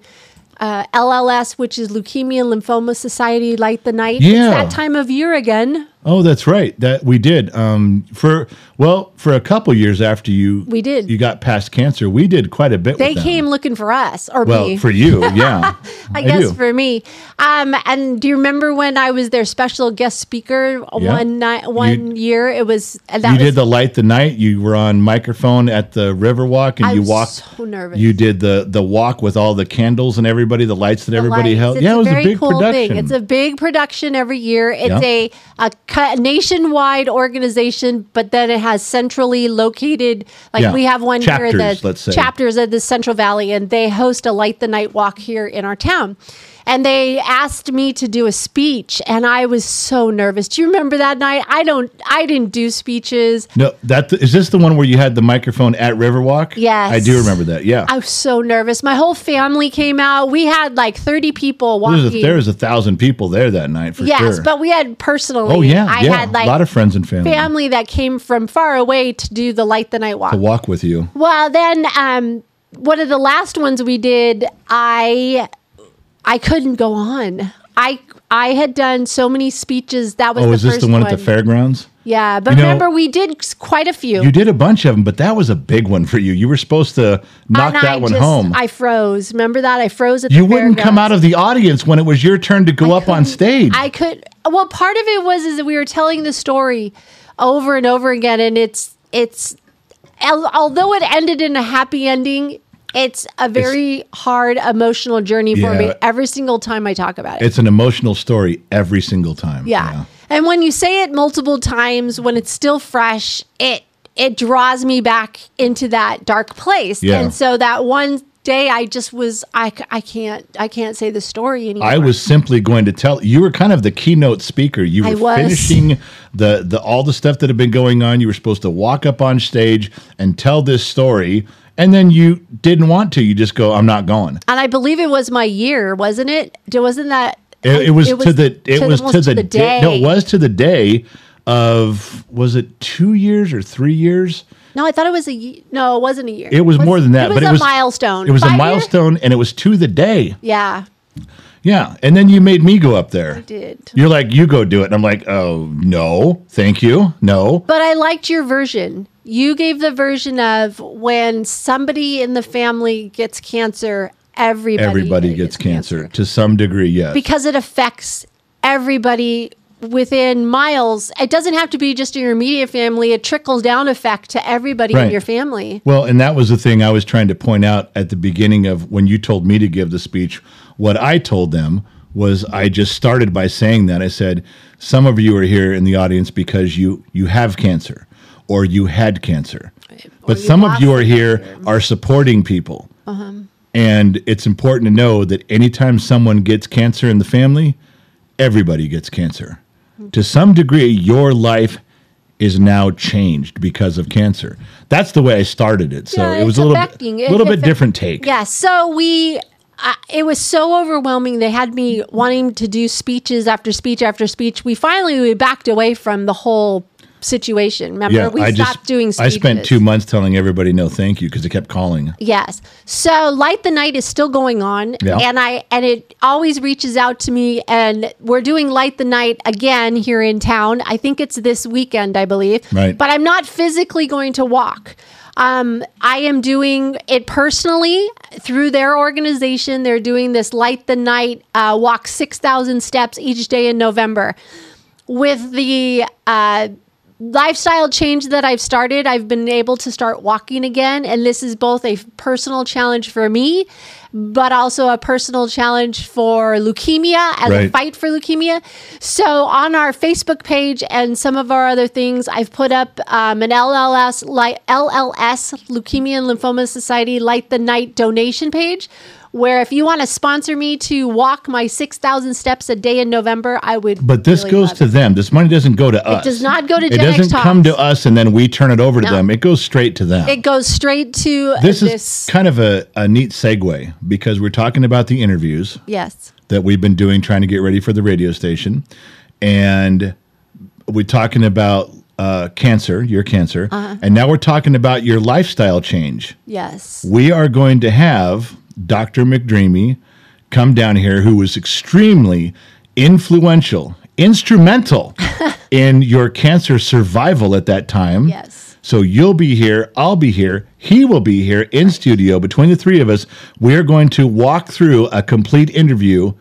Uh, LLS, which is Leukemia and Lymphoma Society, Light the Night.
Yeah.
It's that time of year again.
Oh, that's right. That we did. Um, for well, for a couple years after you
We did.
you got past cancer, we did quite a bit.
They
with them.
came looking for us, or
well
me.
for you, yeah.
I guess
do.
for me. Um, and do you remember when I was their special guest speaker
Yeah.
one night, one year? It was and that
you
was,
did the light the night. You were on microphone at the Riverwalk, and
I
you
was
walked.
so nervous.
You did the the walk with all the candles and everybody, the lights that everybody
lights.
held.
It's
yeah, it was a
very
big
cool
production.
Thing. It's a big production every year. It's
Yeah.
a, a co- nationwide organization, but then it has centrally located. Like
Yeah.
we have one here
Chapters,
that
let's say.
chapters at the Central Valley, and they host a light the night walk here in our town. And they asked me to do a speech, and I was so nervous. Do you remember that night? I don't. I didn't do speeches.
no, that is this the one where you had the microphone at Riverwalk?
Yes.
I do remember that. Yeah,
I was so nervous. My whole family came out. We had like thirty people
there
walking.
was, a, there was a thousand people there that night for
yes,
sure.
but we had personally.
oh yeah,
I
yeah,
had like
a lot of friends and family,
family that came from far away to do the light the night walk.
to walk with you.
Well, then um, one of the last ones we did, I I couldn't go on. I I had done so many speeches. That was
Oh,
the
is this
first
the one, at the fairgrounds?
Yeah, but
You know-
remember we did s- quite a few.
You did a bunch of them, but that was a big one for you. You were supposed to knock
And
that
I
one
just-
home.
I froze. Remember that I froze at
you
the
wouldn't come
fairgrounds.
out of the audience when it was your turn to go up on stage.
I could. Well, part of it was is that we were telling the story over and over again, and it's it's al- although it ended in a happy ending, it's a very hard emotional journey for
Yeah.
me every single time I talk about it.
It's an emotional story every single time.
yeah. and when you say it multiple times, when it's still fresh, it it draws me back into that dark place,
Yeah.
and so that one day I just was I c- I can't I can't say the story anymore.
I was simply going to tell you were kind of the keynote speaker. You
I
were
was.
finishing the the all the stuff that had been going on. You were supposed to walk up on stage and tell this story, and then you didn't want to. You just go, "I'm not going."
and I believe it was my year, wasn't it? D- Wasn't that?
It, it was, to the it was
almost
to the, day. no, it was to the day of was it two years or three years?
No, I thought it was a ye- no, it wasn't a year.
It was more than that,
It was
but
a
it was
milestone.
It was
Five
a
year?
milestone, and it was to the day.
Yeah,
Yeah, and then you made me go up there. I
did.
You're like, you go do it, and I'm like, oh no, thank you, no.
but I liked your version. You gave the version of when somebody in the family gets cancer, everybody
Everybody gets cancer to some degree. Yes,
because it affects everybody within miles. It doesn't have to be just in your immediate family. It trickles down effect to everybody in
Right.
your family.
Well, and that was the thing I was trying to point out at the beginning of when you told me to give the speech. What I told them was I just started by saying that I said some of you are here in the audience because you you have cancer or you had cancer, but
you
some of
lost Uh-huh.
you are here are supporting people, and it's important to know that anytime someone gets cancer in the family, everybody gets cancer. To some degree, your life is now changed because of cancer. That's the way I started it. So
Yeah,
it was
it's
a little, bit,
affecting- it
little bit
affect-
different take.
Yeah, so we, I it was so overwhelming. They had me wanting to do speeches after speech after speech. We finally we backed away from the whole situation. Remember,
Yeah,
we
I
stopped
just
doing.
I
Speeches.
spent two months telling everybody no, thank you because it kept calling.
Yes. So Light the Night is still going on
Yeah.
and I and it always reaches out to me and we're doing Light the Night again here in town. I think it's this weekend, I believe.
Right.
But I'm not physically going to walk. Um, I am doing it personally through their organization. They're doing this Light the Night uh, walk 6,000 steps each day in November with the uh, lifestyle change that I've started, I've been able to start walking again. And this is both a personal challenge for me, but also a personal challenge for leukemia as a
Right.
fight for leukemia. So on our Facebook page and some of our other things, I've put up um, an LLS, li- LLS, Leukemia and Lymphoma Society Light the Night donation page. Where, if you want to sponsor me to walk my 6,000 steps a day in November, I would.
But this
really
goes
love
to
it.
them. This money doesn't go to us.
does not go to
It
Gen X
doesn't come to
Talks.
us and then we turn it over to
No.
them. It goes straight to them.
It goes straight to this.
this is kind of a, a neat segue because we're talking about the interviews
yes.
that we've been doing trying to get ready for the radio station. And we're talking about uh, cancer, your cancer. And now we're talking about your lifestyle change.
Yes.
we are going to have Dr. McDreamy come down here, who was extremely influential, instrumental in your cancer survival at that time.
Yes.
So you'll be here, I'll be here, he will be here in studio. Between the three of us, we're going to walk through a complete interview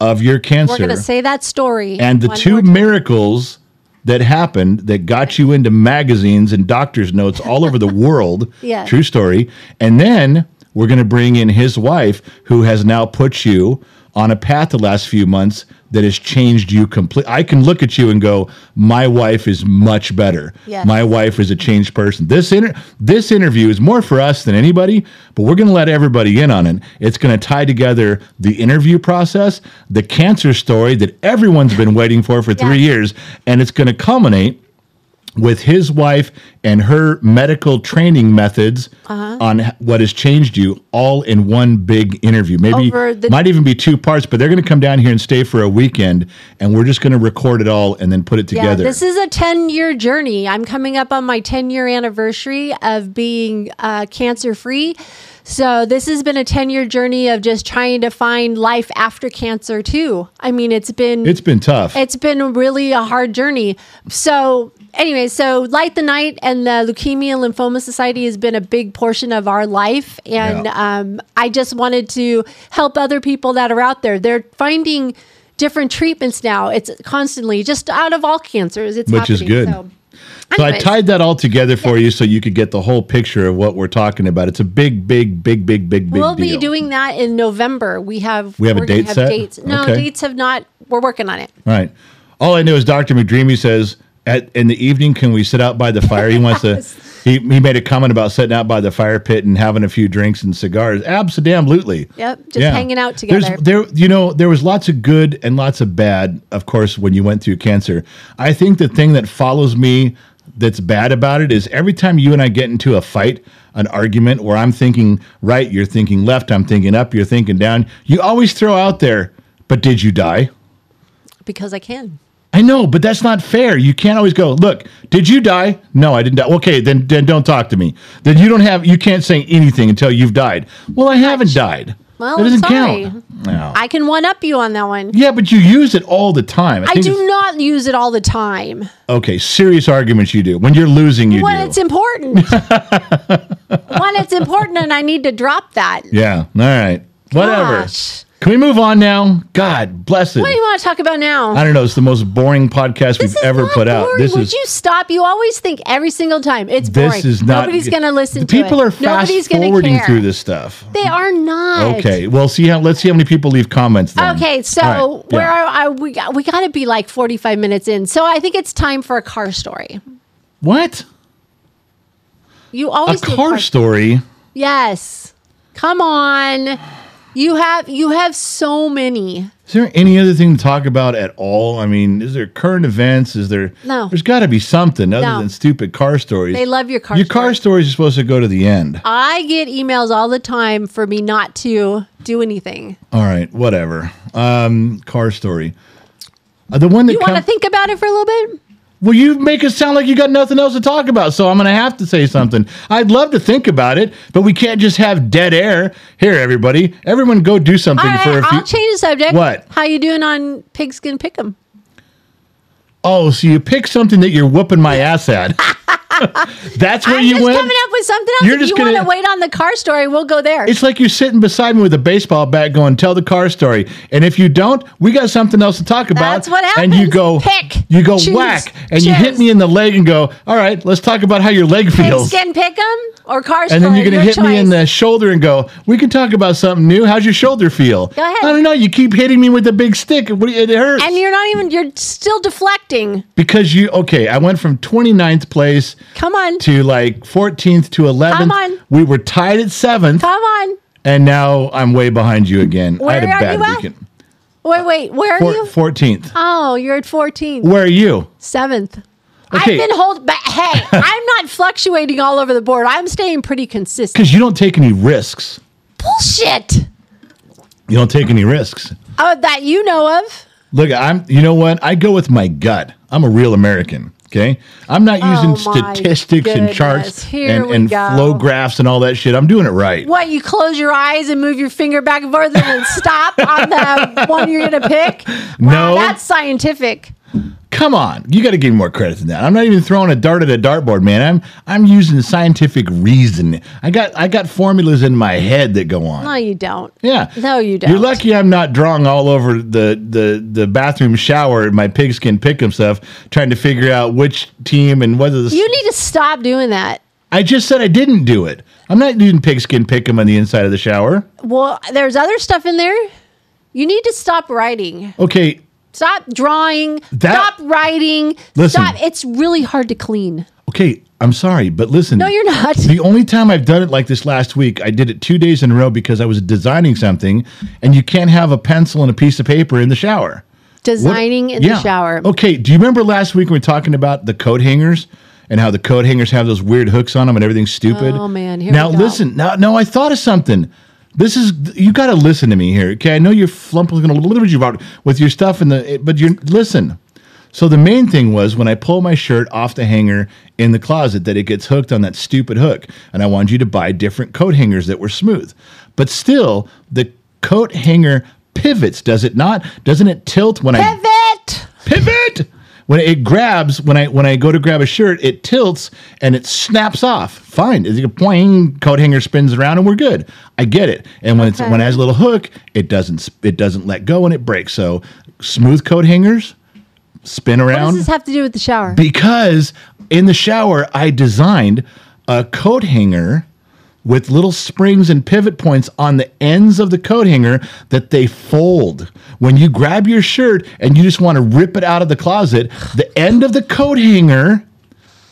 of your
We're
cancer
going to say that story.
and the
one
two
more time.
miracles that happened that got you into magazines and doctor's notes all over the world.
Yeah.
True story. And then we're going to bring in his wife, who has now put you on a path the last few months that has changed you completely. I can look at you and go, my wife is much better.
Yes.
My wife is a changed person. This inter- this interview is more for us than anybody, but we're going to let everybody in on it. It's going to tie together the interview process, the cancer story that everyone's been waiting for for three
Yeah.
years, and it's going to culminate with his wife and her medical training methods
Uh-huh.
on h- what has changed you all in one big interview. Maybe
Over the-
might even be two parts, but they're going to come down here and stay for a weekend and we're just going to record it all and then put it
Yeah,
together.
this is a 10 year journey. I'm coming up on my 10 year anniversary of being uh, cancer free. So, this has been a 10 year journey of just trying to find life after cancer, too. I mean, it's been.
it's been tough.
It's been really a hard journey. So, anyway, so Light the Night and the Leukemia and Lymphoma Society has been a big portion of our life. And
Yeah.
um, I just wanted to help other people that are out there. They're finding different treatments now. It's constantly just out of all cancers. It's
Which is
happening.
good.
So,
So I
anyways,
tied that all together for you so you could get the whole picture of what we're talking about. It's a big, big, big, big, big, big
We'll
deal.
be doing that in November. We have
We have a
we're gonna
date set?
Dates. No,
Okay.
dates have not. We're working on it.
right. All I know is Dr. McDreamy says at in the evening, can we sit out by the fire? He wants to. He, he made a comment about sitting out by the fire pit and having a few drinks and cigars. Absolutely.
Yep, just hanging out
There's-
together.
there, you know, there was lots of good and lots of bad, of course, when you went through cancer. I think the thing that follows me that's bad about it is every time you and I get into a fight, an argument where I'm thinking right, you're thinking left, I'm thinking up, you're thinking down, you always throw out there, but did you die?
Because I can.
I know, but that's not fair. You can't always go, look, did you die? No, I didn't die. Okay, then then don't talk to me. Then you don't have you can't say anything until you've died. Well, I haven't died.
Well,
that doesn't
I'm sorry.
count. No.
I can one up you on that one.
Yeah, but you use it all the time.
I
think
do
it's-
not use it all the time.
Okay, serious arguments you do. When you're losing, you
when
do.
it's important. when it's important and I need to drop that.
yeah, all right. Whatever.
Gosh.
Can we move on now? God bless it.
What do you want to talk about now?
I don't know. It's the most boring podcast
This
we've
is
ever
not
put out.
boring.
This
Would
is
you stop? You always think every single time it's
this
boring.
is not.
Nobody's going to listen
The
to
People
it.
are fast
Nobody's gonna
forwarding
care.
through this stuff.
They are not.
Okay, well, see how. Let's see how many people leave comments. Then.
Okay, so
All right,
where
yeah.
are I? We got, we got to be like 45 minutes in. So I think it's time for a car story.
what
You
a
always do
car story?
Yes. Come on. You have you have so many.
Is there any other thing to talk about at all? I mean, is there current events? Is there?
No.
There's got to be something other
No.
than stupid car stories.
They love your car
Your car stories are supposed to go to the end.
I get emails all the time for me not to do anything.
All right, whatever. Um, car story. Uh, the one that
You want to
come-
think about it for a little bit?
Well, you make it sound like you got nothing else to talk about, so I'm going to have to say something. I'd love to think about it, but we can't just have dead air. Here, everybody, everyone, go do something
All right,
for a few.
I'll change the subject.
What?
How you doing on Pigskin Pick'em?
oh, so you pick something that you're whooping my ass at. That's where
I'm
you
just
went.
coming up with something else.
You're
if
just
you want
gonna-
to wait on the car story, we'll go there.
It's like you're sitting beside me with a baseball bat going, tell the car story. And if you don't, we got something else to talk about.
That's what
And you
happens.
go,
Pick.
you go
Choose.
whack. And you hit
Choose.
me in the leg and go, all right, let's talk about how your leg feels.
Pigskin Pick'em or car story?
And then you're going to
your
hit me in
choice.
the shoulder and go, we can talk about something new. How's your shoulder feel?
Go ahead.
I don't know. You keep hitting me with the big stick. What do you- It hurts.
And you're not even. You're still deflecting.
because you, okay, I went from 29th place
Come on.
to like 14th to 11th.
Come on.
We were tied at 7th.
Come on.
And now I'm way behind you again. I had a
Where are
bad
you at?
weekend.
Wait, wait. Where are you?
Four, 14th.
Oh, you're at 14.
Where are you?
Seventh.
Okay.
I've been holding, but hey, I'm not fluctuating all over the board. I'm staying pretty consistent.
Because you don't take any risks.
Bullshit.
You don't take any risks.
Oh, that you know of.
Look, I'm. You know what? I go with my gut. I'm a real American. Okay, I'm not using
Oh, my
statistics and charts
goodness. Here
and,
we
and
go.
flow graphs and all that shit. I'm doing it right.
What, you close your eyes and move your finger back and forth and then stop on the one you're going to pick?
No.
Wow, That's scientific.
Come on, you got to give me more credit than that. I'm not even throwing a dart at a dartboard, man. I'm I'm using scientific reason. I got I got formulas in my head that go on.
No, you don't.
Yeah.
No, you don't.
You're lucky I'm not drawing all over the the the bathroom shower in my pigskin pick'em stuff, trying to figure out which team and whether the.
You need to stop doing that.
I just said I didn't do it. I'm not using pigskin pick'em on the inside of the shower.
Well, there's other stuff in there. You need to stop writing.
Okay.
Stop drawing.
That-
stop writing.
Listen.
Stop. It's really hard to clean.
Okay. I'm sorry, but listen.
No, you're not.
The only time I've done it like this last week, I did it two days in a row because I was designing something, and you can't have a pencil and a piece of paper in the shower. What-
Designing in
Yeah.
the shower.
Okay, do you remember last week when we were talking about the coat hangers and how the coat hangers have those weird hooks on them and everything's stupid?
Oh, man, here
now
we go.
listen. Now, no, I thought of something. This is you got to listen to me here. Okay, I know you're flumping going to you about with your stuff in the, but you listen. So the main thing was when I pull my shirt off the hanger in the closet that it gets hooked on that stupid hook, and I wanted you to buy different coat hangers that were smooth. But still, the coat hanger pivots, does it not? Doesn't it tilt when I
Pivot.
pivot when it grabs when i when i go to grab a shirt it tilts and it snaps off fine it's like a poing coat hanger spins around and we're good i get it and when it's when it has a little hook it doesn't sp- it doesn't let go and it breaks so smooth coat hangers spin
What does
around
this have to do with the shower?
because in the shower i designed a coat hanger with little springs and pivot points on the ends of the coat hanger that they fold. When you grab your shirt and you just want to rip it out of the closet, the end of the coat hanger,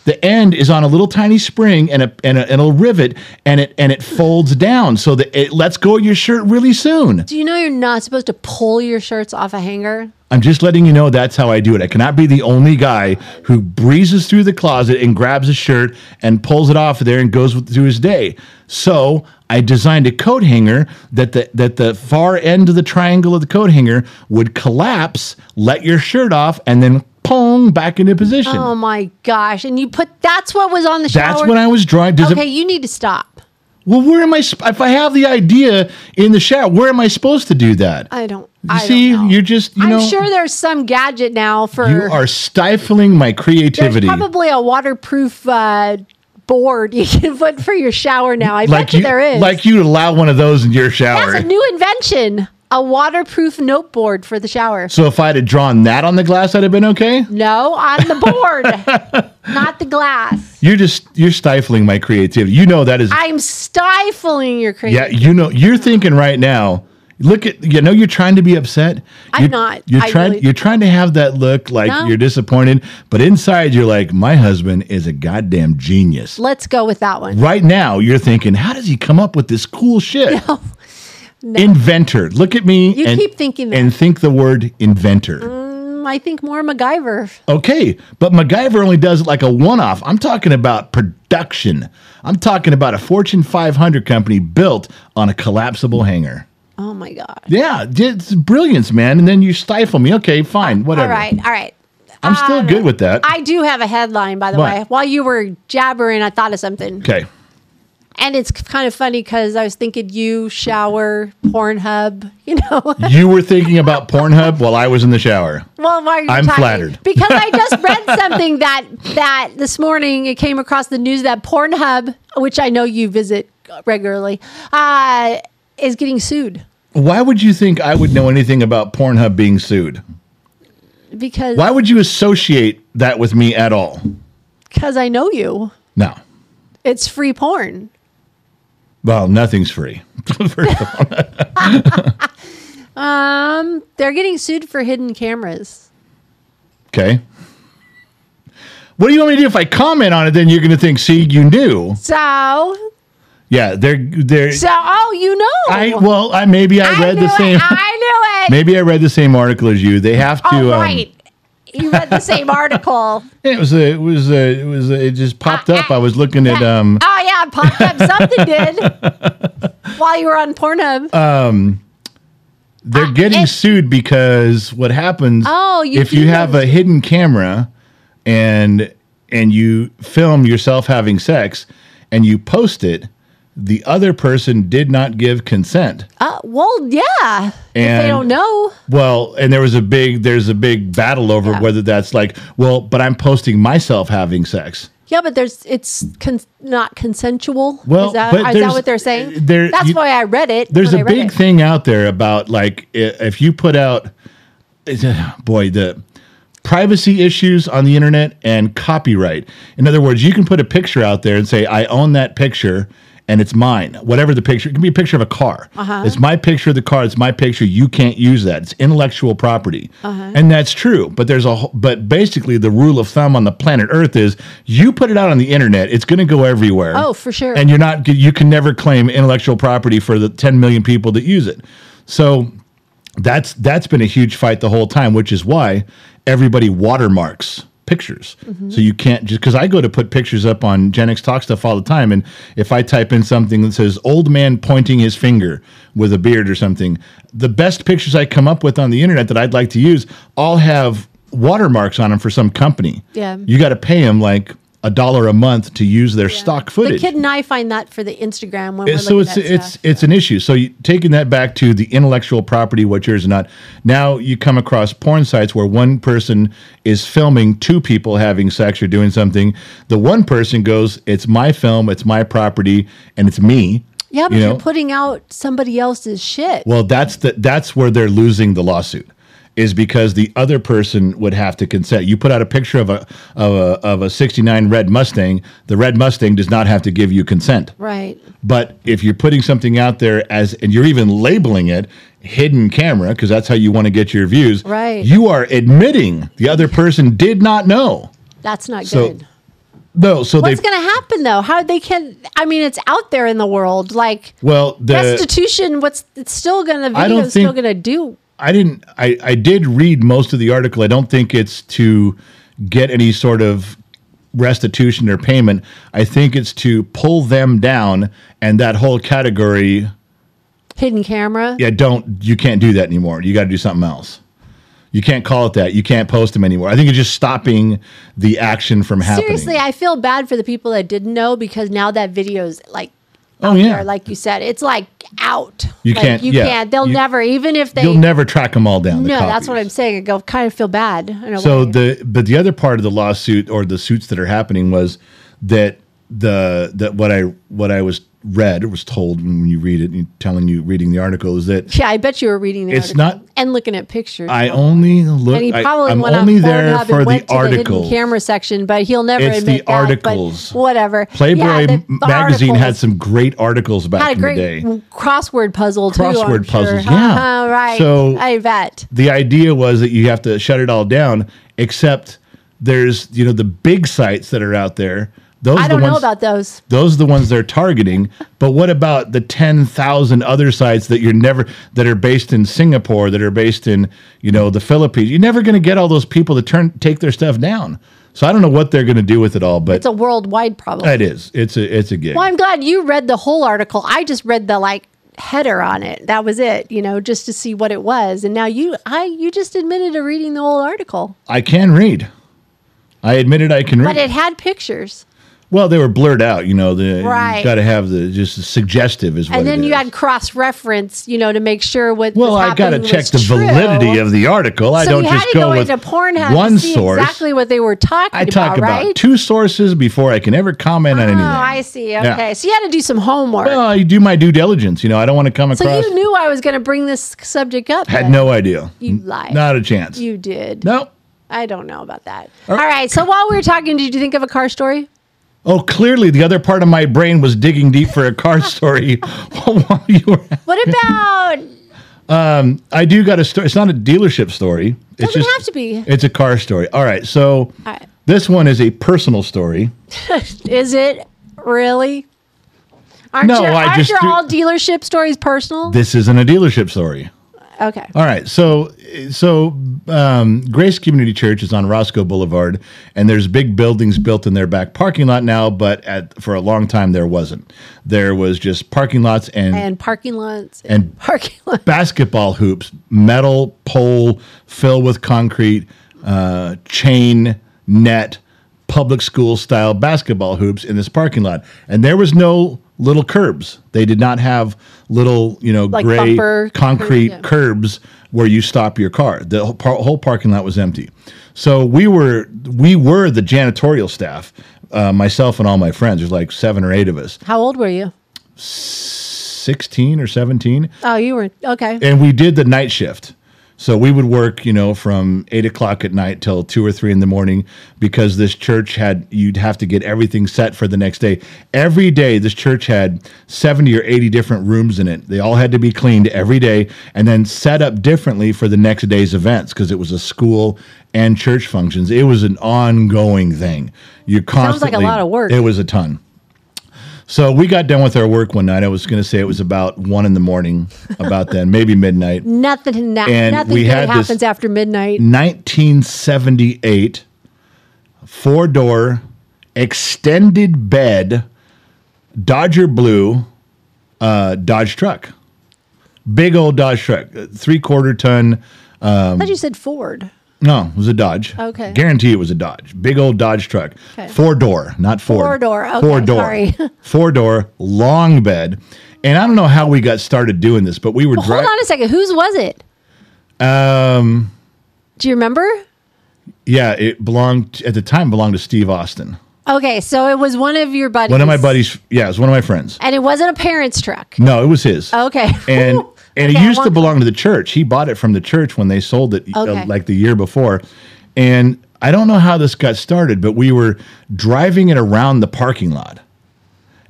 the end is on a little tiny spring and a and a, and a rivet, and it and it folds down so that it lets go of your shirt really soon.
do you know you're not supposed to pull your shirts off a hanger?
I'm just letting you know that's how I do it. I cannot be the only guy who breezes through the closet and grabs a shirt and pulls it off of there and goes with- through his day. So I designed a coat hanger that the that the far end of the triangle of the coat hanger would collapse, let your shirt off, and then pong back into position.
Oh my gosh. And you put that's what was on the shower.
that's what I was drawing. Does it-
Okay, you need to stop.
well, where am I? sp- If I have the idea in the shower, where am I supposed to do that?
I don't I don't
see,
know.
you're just, you
I'm
know-
sure there's some gadget now for
you are stifling my
there's
creativity.
probably a waterproof uh, board you can put for your shower now. I bet you, there is.
Like you'd allow one of those in your shower.
That's a new invention. a waterproof noteboard for the shower.
So if I'd have drawn that on the glass, I'd have been okay.
No, on the board, not the glass.
You're just you're stifling my creativity. You know that is.
I'm stifling your crazy.
yeah, you know you're thinking right now. Look at you know you're trying to be upset.
I'm
You're-
not.
You're
I
trying
really-
you're trying to have that look like
No.
you're disappointed, but inside you're like my husband is a goddamn genius.
Let's go with that one.
Right now you're thinking how does he come up with this cool shit? Inventor. Look at me.
You
and,
keep thinking that.
and think the word inventor.
Mm, I think more MacGyver.
Okay, but MacGyver only does it like a one off. I'm talking about production. I'm talking about a Fortune 500 company built on a collapsible hangar.
Oh my god.
Yeah, it's brilliance, man. And then you stifle me. Okay, fine,
All
whatever.
right, all right.
I'm still good with that.
I do have a headline, by the
What?
way. While you were jabbering, I thought of something.
okay.
And it's kind of funny because I was thinking you, shower, Pornhub, you know.
You were thinking about Pornhub while I was in the shower.
Well, why are you
I'm
talking?
flattered.
because I just read something that that this morning it came across the news that Pornhub, which I know you visit regularly, uh, is getting sued
Why would you think I would know anything about Pornhub being sued?
because
Why would you associate that with me at all?
because I know you.
No.
It's free porn.
Well, nothing's free.
Um, they're getting sued for hidden cameras.
Okay. What do you want me to do if I comment on it? Then you're going to think, see, you knew.
So,
Yeah, they're they're.
so oh, you know.
I well, I maybe I,
I
read
knew
the same.
It, I knew it.
maybe I read the same article as you. They have to.
All right,
um,
You read the same article.
It was a, it was a, it was a, it just popped
Uh,
up.
uh,
I was looking at um.
oh yeah, it popped up something did while you were on Pornhub.
Uh, They're getting
it-
sued because what happens?
Uh, Oh, you
if
do
you have
know
a hidden camera, and and you film yourself having sex, and you post it, the other person did not give consent.
uh, well, yeah. if
And-
they don't know.
Well, and there was a big there's a big battle over
Yeah.
whether that's like, well, but I'm posting myself having sex.
Yeah, but there's it's con- not consensual.
Well,
is that,
but
is that
there's- uh,
what they're saying?
there-
That's
you-
why I read it.
There's
when
a
I read
big
it.
thing out there about like i- if you put out is it- boy, the privacy issues on the internet and copyright. In other words, you can put a picture out there and say I own that picture and it's mine. Whatever the picture, it can be a picture of a car.
Uh-huh.
It's my picture of the car. It's my picture. You can't use that. It's intellectual property,
Uh-huh.
and that's true. But there's a wh- but basically the rule of thumb on the planet Earth is you put it out on the internet, it's going to go everywhere.
Oh, for sure.
And you're not you can never claim intellectual property for the 10 million people that use it. So that's that's been a huge fight the whole time, which is why everybody watermarks pictures.
Mm-hmm.
So you can't just because I go to put pictures up on Gen X Talk stuff all the time, and if I type in something that says "old man pointing his finger with a beard" or something, the best pictures I come up with on the internet that I'd like to use all have watermarks on them for some company.
Yeah.
you got to pay them like a dollar a month to use their stock
The
footage.
kid and I find that for the Instagram when we're
It- so
looking
it's
at
it's
stuff.
it's an issue. So you, taking that back to the intellectual property, what yours is not. Now you come across porn sites where one person is filming two people having sex or doing something. The one person goes, "It's my film, it's my property, and it's me."
yeah, but
you
you
know?
are putting out somebody else's shit.
Well, that's the that's where they're losing the lawsuit. Is because the other person would have to consent. You put out a picture of a of a of a '69 red Mustang. The red Mustang does not have to give you consent.
right.
But if you're putting something out there as, and you're even labeling it hidden camera, because that's how you want to get your views,
Right.
You are admitting the other person did not know.
That's not
So
good.
No, so
What's
they.
going to happen though? How they can? I mean, it's out there in the world. Like
well, the
restitution. What's it's still going to
I don't
video? Still
think-
going to do?
I didn't. I I did read most of the article. I don't think it's to get any sort of restitution or payment. I think it's to pull them down, and that whole category
Hidden camera.
yeah, don't you can't do that anymore. You got to do something else. You can't call it that. You can't post them anymore. I think it's just stopping the action from happening.
Seriously, I feel bad for the people that didn't know because now that video's like
oh
there,
yeah,
like you said, it's like out.
You
Like,
can't-
You
yeah.
can't. They'll
You-
never. Even if they.
you'll never track them all down. the
no, that's what
copies.
I'm saying. I go kind of feel bad. In a
So
way.
the but the other part of the lawsuit or the suits that are happening was that the that what I what I was read or was told when you read it, and telling you reading the article is that
Yeah, I bet you were reading the
It's
article
not-
and looking at pictures.
I only look.
and he
I,
probably
am
went
only
on
there
Pornhub and
for the
went to hidden
article.
camera section, but he'll never
It's
admit
the
that, but
articles.
whatever.
Playboy
Yeah, the-
m-
the
magazine had
articles.
some great articles back
had a
in
great
the day.
crossword puzzle too. I'm
Crossword
sure.
puzzles, yeah.
Uh-huh, right.
So-
I bet.
the idea was that you have to shut it all down except there's you know the big sites that are out there those
I
are the
don't know
ones
about those.
those are the ones they're targeting but what about the 10,000 other sites that you're never that are based in Singapore that are based in you know the Philippines you're never going to get all those people to turn take their stuff down so I don't know what they're going to do with it all but
It's a worldwide problem.
it is it's a it's a gig
Well, I'm glad you read the whole article. I just read the like header on it. That was it, you know, just to see what it was. And now you I you just admitted to reading the whole article.
I can read I admitted I can read
But it had pictures.
Well, they were blurred out, you know. The
Right.
got to have the just suggestive is what.
And
it
then you
is.
had cross reference, you know, to make sure what
Well,
was
I got to
happening was
check the
true.
validity of the article. I
so
don't
you
just
had to
go,
go,
with
into Pornhub
one
to see
source.
exactly what they were talking
I talk
about,
about
right?
two sources before I can ever comment on
oh,
anything.
I see.
Yeah.
Okay. So you had to do some homework.
Well, I do my due diligence. You know, I don't want to come
so
across.
you knew I was going to bring this subject up.
had
then.
no idea.
You lied.
Not a chance.
You did.
no.
I don't know about that.
All
All
right.
right. So while we were talking, did you think of a car story?
Oh, clearly the other part of my brain was digging deep for a car story while you were.
What about?
I do got a story. It's not a dealership story. It's
Doesn't
just,
have to be.
It's a car story. All right. So
All right.
this one is a personal story.
Is it really? Aren't
No,
your,
I
aren't
just
your
do-
all dealership stories personal?
This isn't a dealership story.
okay.
All right. So so um, Grace Community Church is on Roscoe Boulevard, and there's big buildings built in their back parking lot now. But at, for a long time there wasn't. There was just parking lots and,
And parking lots.
And-
parking lots.
basketball hoops, metal pole filled with concrete, uh, chain net, public school style basketball hoops in this parking lot. And there was no little curbs. They did not have little, you know,
Like
gray
bumper,
concrete
yeah.
curbs where you stop your car. The whole, par- whole parking lot was empty. So we were we were the janitorial staff. Uh, myself and all my friends, there's like seven or eight of us,
How old were you?
16 or 17
Oh, you were okay.
and we did the night shift. So we would work, you know, from eight o'clock at night till two or three in the morning because this church had, you'd have to get everything set for the next day. Every day, this church had 70 or 80 different rooms in it. They all had to be cleaned every day and then set up differently for the next day's events because it was a school and church functions. It was an ongoing thing. You
Sounds like a
constantly.
lot of work.
It was a ton. So we got done with our work one night. I was going to say it was about one in the morning, about then, maybe midnight.
Nothing. Na-
And
nothing
we
good
had this-
happens after midnight.
1978, four door extended bed, Dodger Blue, uh, Dodge truck. Big old Dodge truck, three quarter ton.
I thought you said Ford.
No, it was a Dodge.
Okay.
Guarantee it was a Dodge. Big old Dodge truck.
Okay.
Four door, not Ford.
Four door, okay,
Four door.
sorry.
Four door, long bed. And I don't know how we got started doing this, but we were
Well, hold
driving.
on a second. Whose was it?
Um,
Do you remember?
yeah, it belonged at the time belonged to Steve Austin.
Okay, so it was one of your buddies.
One of my buddies. Yeah, it was one of my friends.
And it wasn't a parent's truck.
No, it was his.
Okay.
And and
Okay,
it
I
used to
want-
belong to the church. He bought it from the church when they sold it uh,
Okay.
like the year before. And I don't know how this got started, but we were driving it around the parking lot.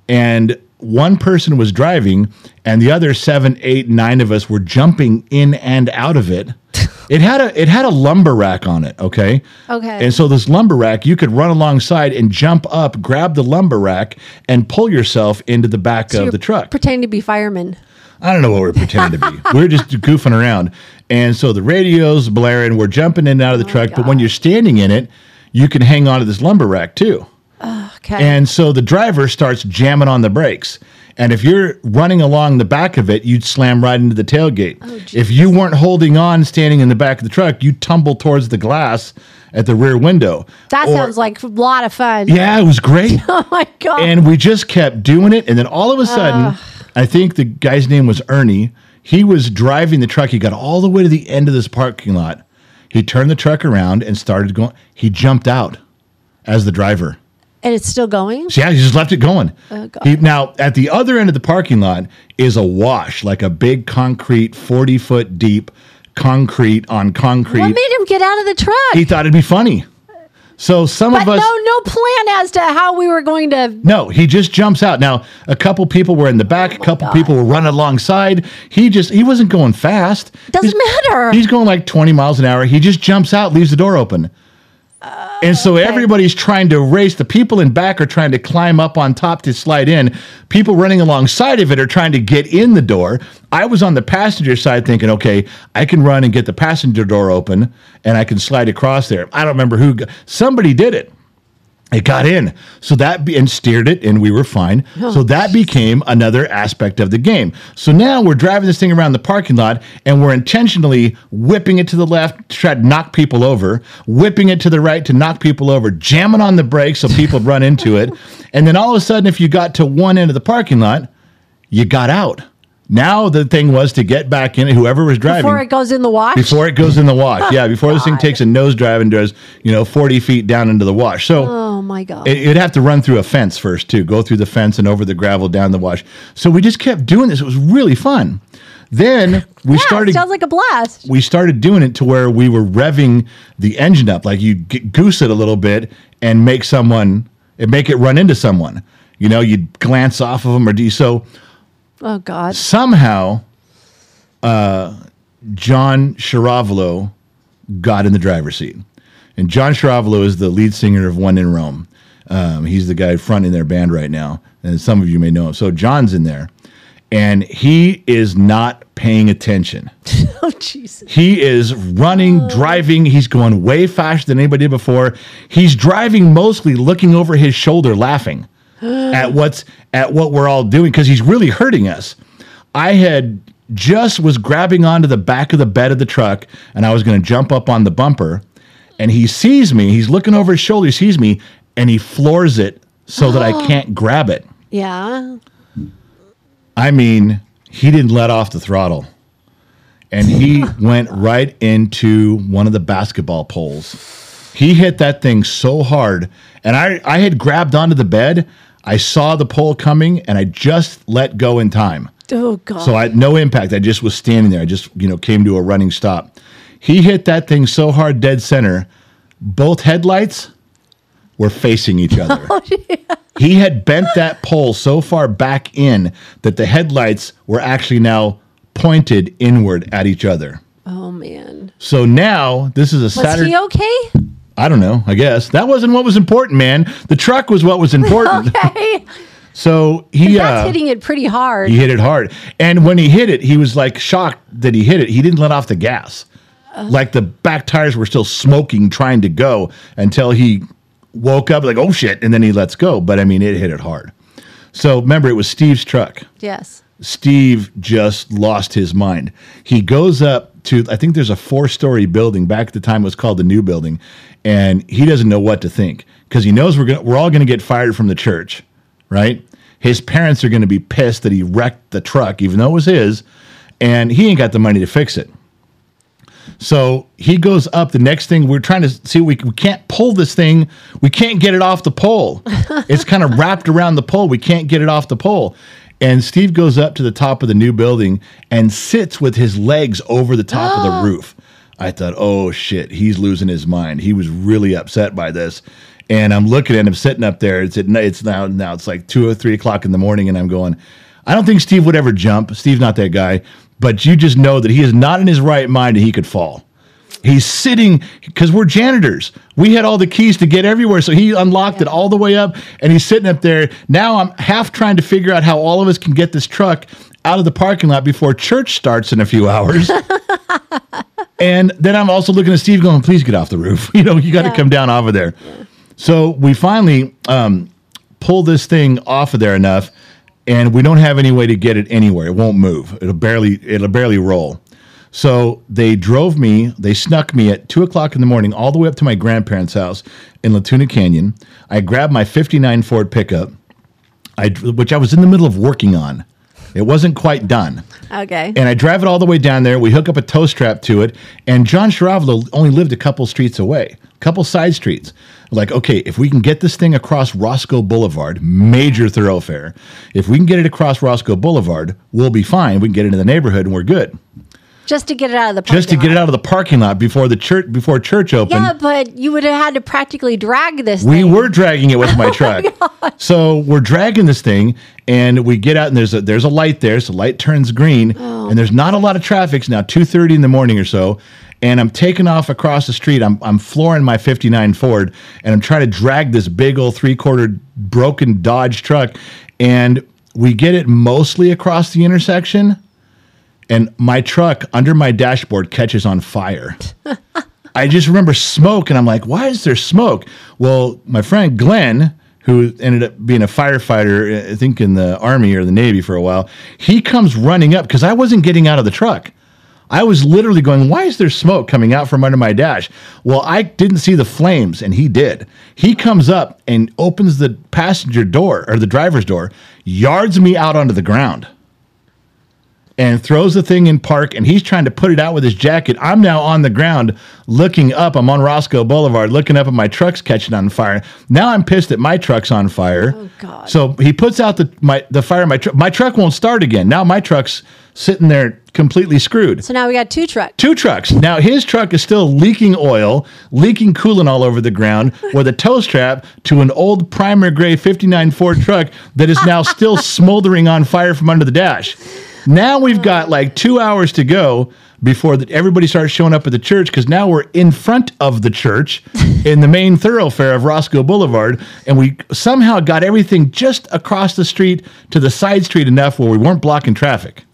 And one person was driving, and the other seven, eight, nine of us were jumping in and out of it. It had a it had a lumber rack on it, okay?
Okay.
And so this lumber rack, you could run alongside and jump up, grab the lumber rack, and pull yourself into the back
So
of
you're
the truck.
Pretending to be firemen.
I don't know what we're pretending to be. We're just goofing around. And so the radio's blaring, we're jumping in and
Oh
out of the truck, but when you're standing in it, you can hang on to this lumber rack too.
Okay.
And so the driver starts jamming on the brakes. And if you're running along the back of it, you'd slam right into the tailgate.
Oh,
if you weren't holding on standing in the back of the truck, you'd tumble towards the glass at the rear window.
that
Or-
sounds like a lot of fun.
Yeah, it was great.
Oh my god.
and we just kept doing it and then all of a sudden i think the guy's name was ernie he was driving the truck he got all the way to the end of this parking lot he turned the truck around and started going he jumped out as the driver
And it's still going?
So, yeah, he just left it going.
Oh,
He- now, at the other end of the parking lot is a wash, like a big concrete, 40 foot deep concrete on
What
concrete.
made him get out of the truck?
He thought it'd be funny. So some
but
of us.
no, no plan as to how we were going to.
No, he just jumps out. Now, a couple people were in the
Oh
back, a couple people were running alongside. He just he wasn't going fast.
Doesn't
He's-
matter.
He's going like 20 miles an hour. He just jumps out, leaves the door open.
Oh,
and so everybody's trying to race. The people in back are trying to climb up on top to slide in. People running alongside of it are trying to get in the door. I was on the passenger side thinking, okay, I can run and get the passenger door open and I can slide across there. I don't remember who, g- somebody did it. It got in. So that be, and steered it, and we were fine. so that became another aspect of the game. So now we're driving this thing around the parking lot, and we're intentionally whipping it to the left to try to knock people over, whipping it to the right to knock people over, jamming on the brakes so people run into it. And then all of a sudden, if you got to one end of the parking lot, you got out. Now the thing was to get back in, whoever was driving
Before it goes in the wash?
before it goes in the wash. Yeah, before this thing takes a nose drive and goes, you know, 40 feet down into the wash. So
oh my God.
it, it'd have to run through a fence first, too, go through the fence and over the gravel down the wash. So we just kept doing this. It was really fun. Then we
yeah,
started
sounds like a blast.
we started doing it to where we were revving the engine up, like you g- goose it a little bit and make someone and make it run into someone. You know, you'd glance off of them or do so
Oh God.
somehow uh, John Sharavalo got in the driver's seat. And John Sharavalo is the lead singer of One in Rome. Um, he's the guy fronting their band right now. And some of you may know him. So John's in there. And he is not paying attention.
Oh Jesus.
He is running, driving. He's going way faster than anybody did before. He's driving mostly looking over his shoulder, laughing at what's at what we're all doing because he's really hurting us. I had just was grabbing onto the back of the bed of the truck and I was going to jump up on the bumper, and he sees me. He's looking over his shoulder, he sees me, and he floors it so that I can't grab it.
Yeah.
I mean, he didn't let off the throttle. And he went right into one of the basketball poles. He hit that thing so hard. And I, I had grabbed onto the bed. I saw the pole coming and I just let go in time.
Oh God.
So I no impact. I just was standing there. I just, you know, came to a running stop. He hit that thing so hard dead center, both headlights were facing each other.
Oh,
He had bent that pole so far back in that the headlights were actually now pointed inward at each other.
oh man.
So now this is a
Was
Saturday.
he okay?
I don't know. I guess that wasn't what was important, man. The truck was what was important.
Okay.
So he uh,
That's hitting it pretty hard.
he hit it hard. And when he hit it, he was like shocked that he hit it. He didn't let off the gas. like the back tires were still smoking trying to go until he woke up like, oh shit. And then he lets go. But I mean, it hit it hard. So remember, it was Steve's truck.
Yes.
Steve just lost his mind. He goes up to, I think there's a four story building. Back at the time, it was called the new building. And he doesn't know what to think because he knows we're, gonna, we're all going to get fired from the church, right? His parents are going to be pissed that he wrecked the truck, even though it was his, and he ain't got the money to fix it. So he goes up. The next thing we're trying to see, we, we can't pull this thing. We can't get it off the pole. it's kind of wrapped around the pole. We can't get it off the pole. And Steve goes up to the top of the new building and sits with his legs over the top of the roof. I thought, oh shit, he's losing his mind. He was really upset by this. And I'm looking at him sitting up there. It's at night. It's now now it's like two or three o'clock in the morning, and I'm going. I don't think Steve would ever jump. Steve's not that guy. But you just know that he is not in his right mind and he could fall. He's sitting because we're janitors. We had all the keys to get everywhere. So he unlocked it all the way up and he's sitting up there. Now I'm half trying to figure out how all of us can get this truck out of the parking lot before church starts in a few hours. and then I'm also looking at Steve going, please get off the roof. You know, you got to
Yeah.
come down off of there. So we finally um, pull this thing off of there enough and we don't have any way to get it anywhere. It won't move. It'll barely, it'll barely roll. So they drove me, they snuck me at two o'clock in the morning all the way up to my grandparents' house in Latuna Canyon. I grabbed my 59 Ford pickup, I, which I was in the middle of working on. It wasn't quite done.
Okay.
And I drive it all the way down there. We hook up a tow strap to it. And John Shiravalo only lived a couple streets away, a couple side streets. Like, okay, if we can get this thing across Roscoe Boulevard, major thoroughfare, if we can get it across Roscoe Boulevard, we'll be fine. We can get into the neighborhood and we're good.
just to get it out of the parking
Just to get it
lot.
out of the parking lot before the church before church opened.
Yeah, but you would have had to practically drag this.
We
thing. Oh
were dragging it with my truck. so we're dragging this thing and we get out and there's a there's a light there, so light turns green
Oh.
and there's not a lot of traffic. It's now 2:30 in the morning or so. And I'm taking off across the street. I'm, I'm flooring my 59 Ford and I'm trying to drag this big old three quarter broken Dodge truck. And we get it mostly across the intersection. And my truck under my dashboard catches on fire. I just remember smoke, and I'm like, why is there smoke? Well, my friend Glenn, who ended up being a firefighter, I think in the Army or the Navy for a while, he comes running up because I wasn't getting out of the truck. I was literally going, why is there smoke coming out from under my dash? Well, I didn't see the flames, and he did. He comes up and opens the passenger door or the driver's door, yards me out onto the ground and throws the thing in park and he's trying to put it out with his jacket. I'm now on the ground looking up. I'm on Roscoe Boulevard looking up at my truck's catching on fire. Now I'm pissed that my truck's on fire.
Oh, God.
So he puts out the my the fire in my truck. My truck won't start again. Now my truck's sitting there completely screwed.
So now we got two trucks.
Two trucks. Now his truck is still leaking oil, leaking coolant all over the ground with a tow strap to an old primer gray 59 Ford truck that is now still smoldering on fire from under the dash. Now we've got like two hours to go before that everybody starts showing up at the church because now we're in front of the church in the main thoroughfare of Roscoe Boulevard. And we somehow got everything just across the street to the side street enough where we weren't blocking traffic.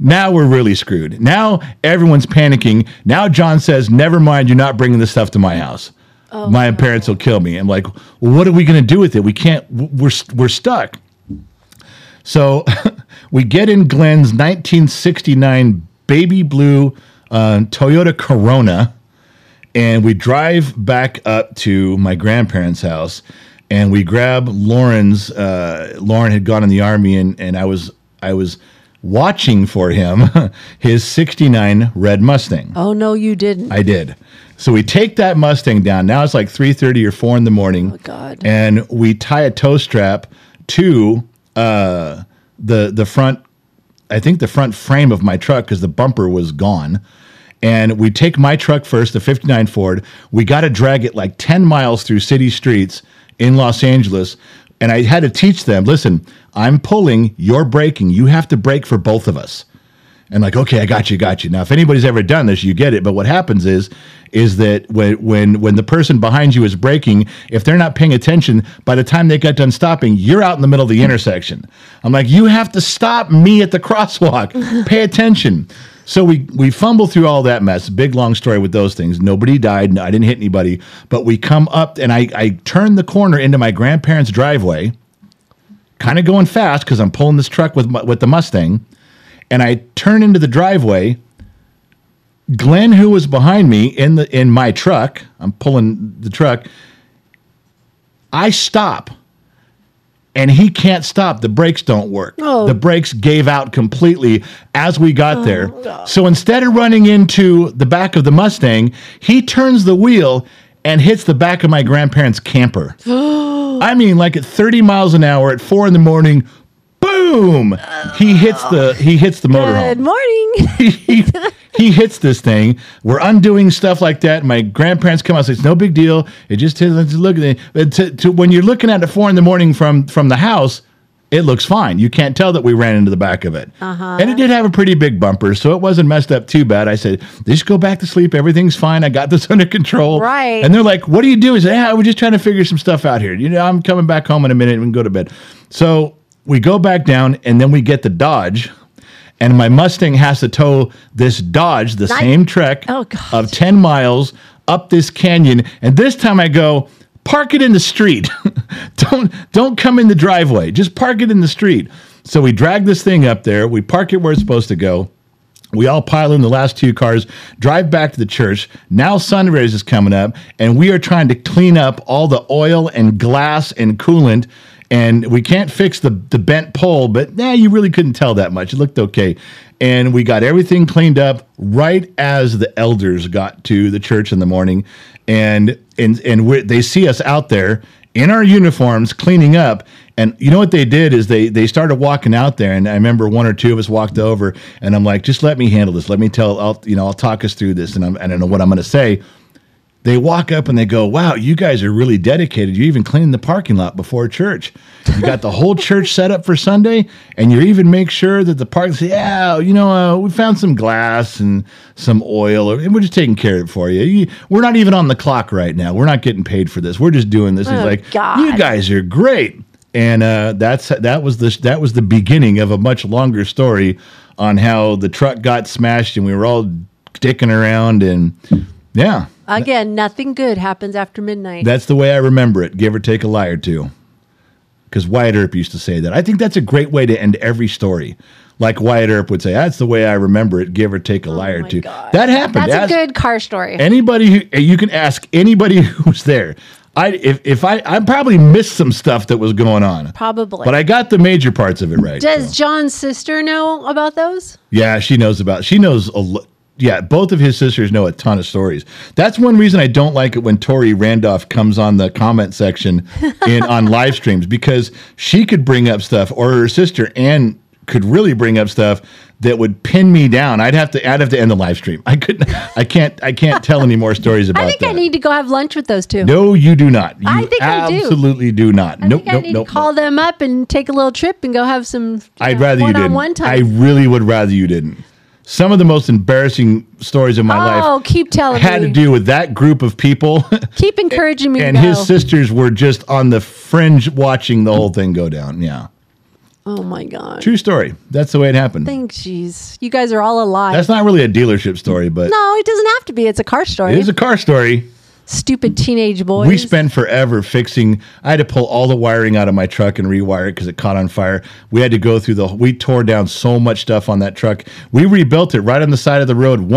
Now we're really screwed. Now everyone's panicking. Now John says, "Never mind, you're not bringing this stuff to my house. my parents will kill me." I'm like, well, "What are we going to do with it? We can't. w- We're st- we're stuck." So we get in Glenn's 1969 baby blue uh, Toyota Corona, and we drive back up to my grandparents' house, and we grab Lauren's. Uh, Lauren had gone in the army, and and I was I was watching for him his 69 red mustang
Oh no, you didn't.
i did so we take that mustang down now it's like 3.30 or 4 in the morning oh
God.
and we tie a tow strap to uh, the the front I think the front frame of my truck because the bumper was gone. And we take my truck first, the 59 Ford. We got to drag it like 10 miles through city streets in Los Angeles. And I had to teach them listen, I'm pulling, you're braking. You have to brake for both of us. And like, okay, I got you, got you. Now, if anybody's ever done this, you get it. But what happens is, is that when when when the person behind you is braking, if they're not paying attention, by the time they got done stopping, you're out in the middle of the intersection. I'm like, you have to stop me at the crosswalk. Pay attention. So we we fumble through all that mess. Big long story with those things. Nobody died. No, I didn't hit anybody. But we come up and I I turn the corner into my grandparents' driveway kind of going fast because I'm pulling this truck with mu- with the Mustang, and I turn into the driveway. Glenn, who was behind me in the in my truck, I'm pulling the truck. I stop, and he can't stop. The brakes don't work.
Oh.
The brakes gave out completely as we got there. So instead of running into the back of the Mustang, he turns the wheel and hits the back of my grandparents' camper. I mean, like at 30 miles an hour at four in the morning, boom! He hits the he hits the
Good
motorhome.
morning.
he, he hits this thing. We're undoing stuff like that. My grandparents come out and say it's no big deal. It just is- let's look at it. But to, to when you're looking at it at four in the morning from from the house. It looks fine. You can't tell that we ran into the back of it. Uh-huh. And it did have a pretty big bumper, so it wasn't messed up too bad. I said, just go back to sleep. Everything's fine. I got this under control.
Right.
And they're like, "What do you do?" Is yeah, we're just trying to figure some stuff out here. You know, I'm coming back home in a minute and we can go to bed. So we go back down, and then we get the Dodge, and my Mustang has to tow this Dodge the same trek
Oh, God.
of ten miles up this canyon. And this time I go. Park it in the street. don't don't come in the driveway. Just park it in the street. So we drag this thing up there. We park it where it's supposed to go. We all pile in the last two cars, drive back to the church. Now sunrise is coming up, and we are trying to clean up all the oil and glass and coolant and we can't fix the the bent pole, but nah, you really couldn't tell that much. It looked okay, and we got everything cleaned up right as the elders got to the church in the morning, and and and we they see us out there in our uniforms cleaning up. And you know what they did is they they started walking out there, and I remember one or two of us walked over, and I'm like, just let me handle this. Let me tell, I'll you know, I'll talk us through this, and I'm, I don't know what I'm going to say they walk up and they go, "Wow, you guys are really dedicated. You even cleaned the parking lot before church. You got the whole church set up for Sunday, and you even make sure that the park. Yeah, you know, uh, we found some glass and some oil, and we're just taking care of it for you. you. We're not even on the clock right now. We're not getting paid for this. We're just doing this. He's
Oh,
like,
God.
"You guys are great." And uh, that's that was the that was the beginning of a much longer story on how the truck got smashed, and we were all dicking around, and yeah.
Again, nothing good happens after midnight.
That's the way I remember it, give or take a lie or two. Because Wyatt Earp used to say that. I think that's a great way to end every story. Like Wyatt Earp would say, that's the way I remember it, give or take a lie or
Oh my
two.
God.
That happened.
That's
Ask
a good car story.
Anybody who, you can ask anybody who was there. I if, if I I probably missed some stuff that was going on.
Probably.
But I got the major parts of it right.
Does
so.
John's sister know about those?
Yeah, she knows about. She knows a lot. Yeah, both of his sisters know a ton of stories. That's one reason I don't like it when Tori Randolph comes on the comment section in on live streams because she could bring up stuff, or her sister Ann could really bring up stuff that would pin me down. I'd have to. I'd have to end the live stream. I couldn't. I can't. I can't tell any more stories about
I think
that.
I need to go have lunch with those two.
no, you do not. You
I think I do.
absolutely do not.
I
nope.
think I
nope.
need
nope.
to call them up and take a little trip and go have some.
I'd rather you
one
didn't.
On one
I
time.
really would rather you didn't. Some of the most embarrassing stories of my life
oh, keep telling
had
me.
to do with that group of people,
keep encouraging me.
and
to go.
his sisters were just on the fringe watching the whole thing go down. Yeah,
Oh my god.
true story. That's the way it happened.
Thank jeez. You guys are all alive.
That's not really a dealership story, but
no, it doesn't have to be. It's a car story.
it is a car story.
Stupid teenage boys.
We spent forever fixing. I had to pull all the wiring out of my truck and rewire it because it caught on fire. We had to go through the. We tore down so much stuff on that truck. We rebuilt it right on the side of the road,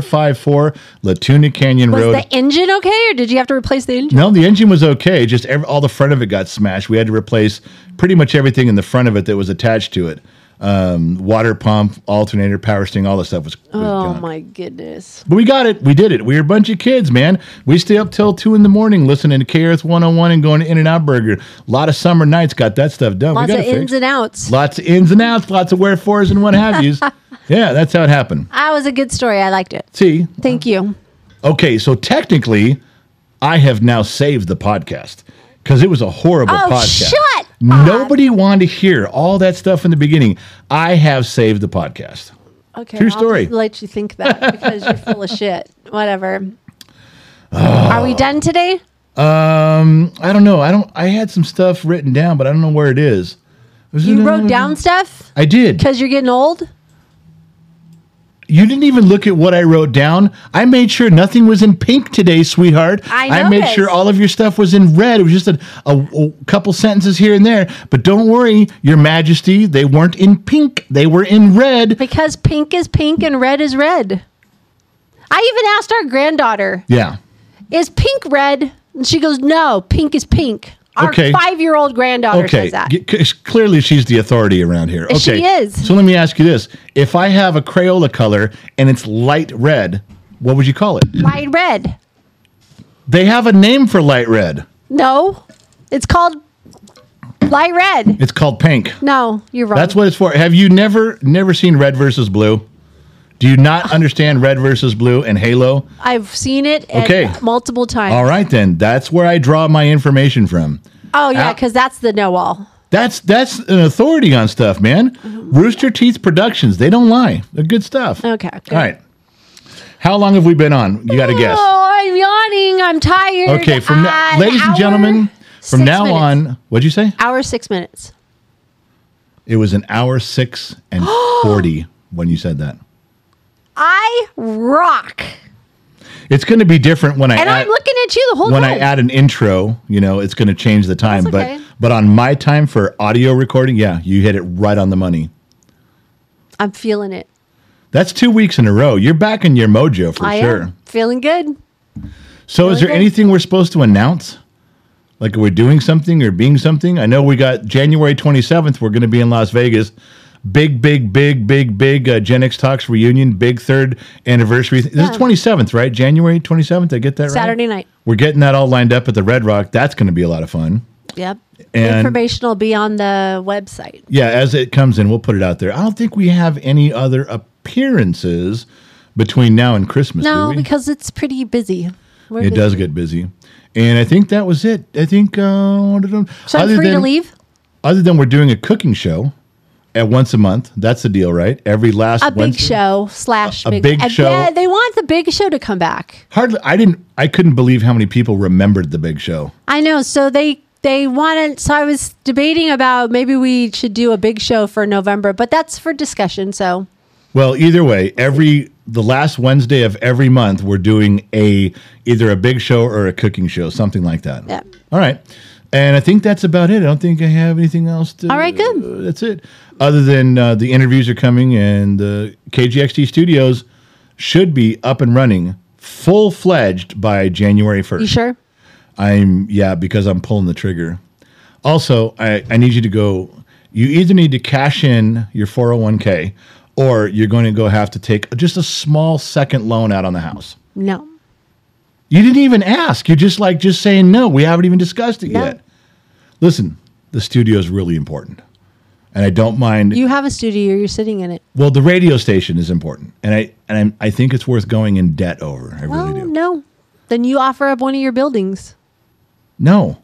10454 Latuna Canyon
Was
Road.
the engine okay, or did you have to replace the engine?
No, the engine was okay. Just ev all the front of it got smashed. We had to replace pretty much everything in the front of it that was attached to it. Um, water pump, alternator, power sting, all the stuff was. was
Oh
junk.
my goodness.
But we got it. We did it. We were a bunch of kids, man. We stay up till two in the morning listening to K Earth 101 and going to In and Out Burger. A lot of summer nights got that stuff done.
Lots
we
of
got it
ins
fixed.
and outs.
Lots of ins and outs, lots of wherefores and what have yous. yeah, that's how it happened.
That was a good story. I liked it.
See,
Thank you.
Okay, so technically, I have now saved the podcast because it was a horrible
Oh,
podcast.
shut
Nobody wanted to hear all that stuff in the beginning. I have saved the podcast.
Okay.
True
I'll
story.
Just let you think that because you're full of shit. Whatever.
Ah.
Are we done today?
Um, I don't know. I don't. I had some stuff written down, but I don't know where it is.
You wrote down stuff
I did.
because you're getting old.
You didn't even look at what I wrote down. I made sure nothing was in pink today, sweetheart.
I
made
noticed.
sure all of your stuff was in red. It was just a, a- a couple sentences here and there. But don't worry, Your Majesty, they weren't in pink. They were in red.
Because pink is pink and red is red. I even asked our granddaughter,
Yeah.
is pink red? And she goes, no, pink is pink. Our
Okay.
five year old granddaughter
Okay.
says that.
G- c- Clearly, she's the authority around here.
She
Okay.
is.
So let me ask you this: If I have a Crayola color and it's light red, what would you call it?
Light red.
They have a name for light red.
No, it's called light red.
It's called pink.
No, you're wrong.
That's what it's for. Have you never never seen Red versus Blue? Do you not understand Red versus Blue and Halo?
I've seen it and-
Okay.
multiple times.
All right then. That's where I draw my information from.
Oh, yeah,
Al-
because that's the know all.
That's that's an authority on stuff, man. Rooster Teeth Productions, they don't lie. They're good stuff.
Mm-hmm. Okay, good.
All right. How long have we been on? You got to guess.
Oh, I'm yawning. I'm tired.
Okay, from now,
An
ladies and
hour,
gentlemen, from
six
now
minutes.
on, what'd you say?
Hour, six minutes.
It was an hour 6 and 40 when you said that.
I rock.
It's going to be different when I
And
add-
I'm looking at you the whole
when
time.
I add an intro, you know, it's going to change the time.
That's okay.
But but on my time for audio recording, yeah, you hit it right on the money.
I'm feeling it.
That's two weeks in a row. You're back in your mojo for
I
sure.
am feeling good.
So, is
Really
there
good.
anything we're supposed to announce? Like, are we doing something or being something? I know we got January 27th, we're going to be in Las Vegas. Big, big, big, big, big uh, Gen X Talks reunion, big third anniversary. This
Yeah.
is 27th, right? January 27th. Did I get that right?
Saturday night.
We're getting that all lined up at the Red Rock. That's going to be a lot of fun.
Yep.
And-
Information will be on the website.
Yeah, as it comes in, we'll put it out there. I don't think we have any other appearances between now and Christmas. do
No,
we?
because it's pretty busy. We're
it
busy.
does get busy. And I think that was it. I think uh,
So I'm
other
free
than,
to leave.
Other than we're doing a cooking show at once a month. That's the deal, right? Every last
A big
Wednesday.
show slash
A- a big
and
show.
Yeah, they want the big show to come back.
Hardly. I didn't. I couldn't believe how many people remembered the big show.
I know. So they they wanted. So I was debating about maybe we should do a big show for November, but that's for discussion. So
Well, either way, every the last Wednesday of every month, we're doing a either a big show or a cooking show, something like that.
Yeah.
All right. And I think that's about it. I don't think I have anything else to.
All right, good.
uh, that's it. Other than uh, the interviews are coming and uh, the KGXT studios should be up and running full fledged by January 1st.
you sure?
I'm yeah, because I'm pulling the trigger. Also, I, I need you to go. You either need to cash in your 401k, or you're going to go have to take just a small second loan out on the house.
No.
You didn't even ask. You're just like just saying no. We haven't even discussed it
No.
yet. Listen, the studio is really important, and I don't mind.
You have a studio. You're sitting in it.
well, the radio station is important, and I and I'm, I think it's worth going in debt over. I
Well,
really do.
Oh, no. Then you offer up one of your buildings.
No,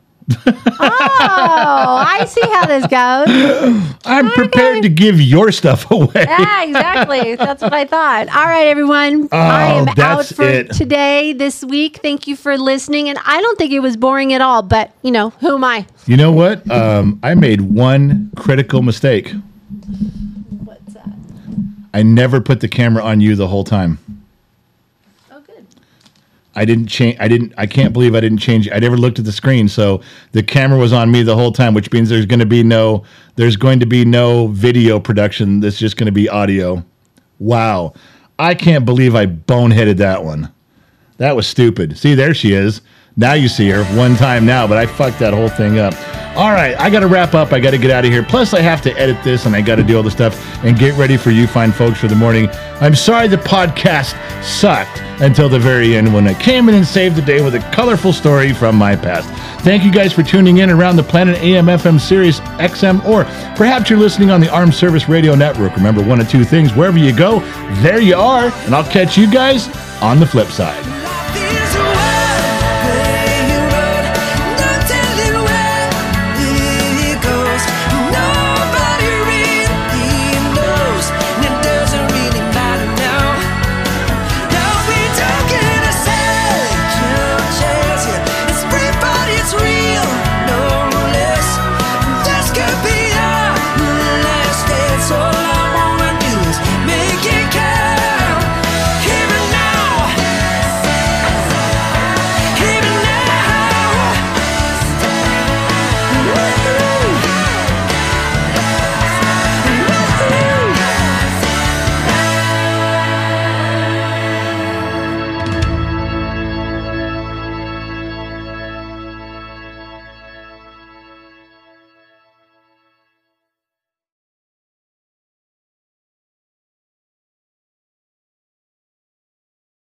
Oh, I see how this goes.
I'm prepared to give your stuff away.
Yeah, exactly. That's what I thought. All right, everyone. I
Oh,
am out
that's
for
it.
today, this week. Thank you for listening. And I don't think it was boring at all, but you know, who am I?
You know what? Um, I made one critical mistake.
What's that?
I never put the camera on you the whole time.
Oh, good.
I didn't change. I didn't. I can't believe I didn't change. I never looked at the screen, so the camera was on me the whole time, which means there's going to be no. There's going to be no video production. That's just going to be audio. Wow, I can't believe I boneheaded that one. That was stupid. See, there she is. Now you see her one time now, but I fucked that whole thing up. All right, I got to wrap up. I got to get out of here. Plus, I have to edit this and I got to do all the stuff and get ready for you fine folks for the morning. I'm sorry the podcast sucked until the very end when I came in and saved the day with a colorful story from my past. Thank you guys for tuning in around the planet AM, FM, Sirius, XM, or perhaps you're listening on the Armed Service Radio Network. Remember one of two things wherever you go, there you are, and I'll catch you guys on the flip side.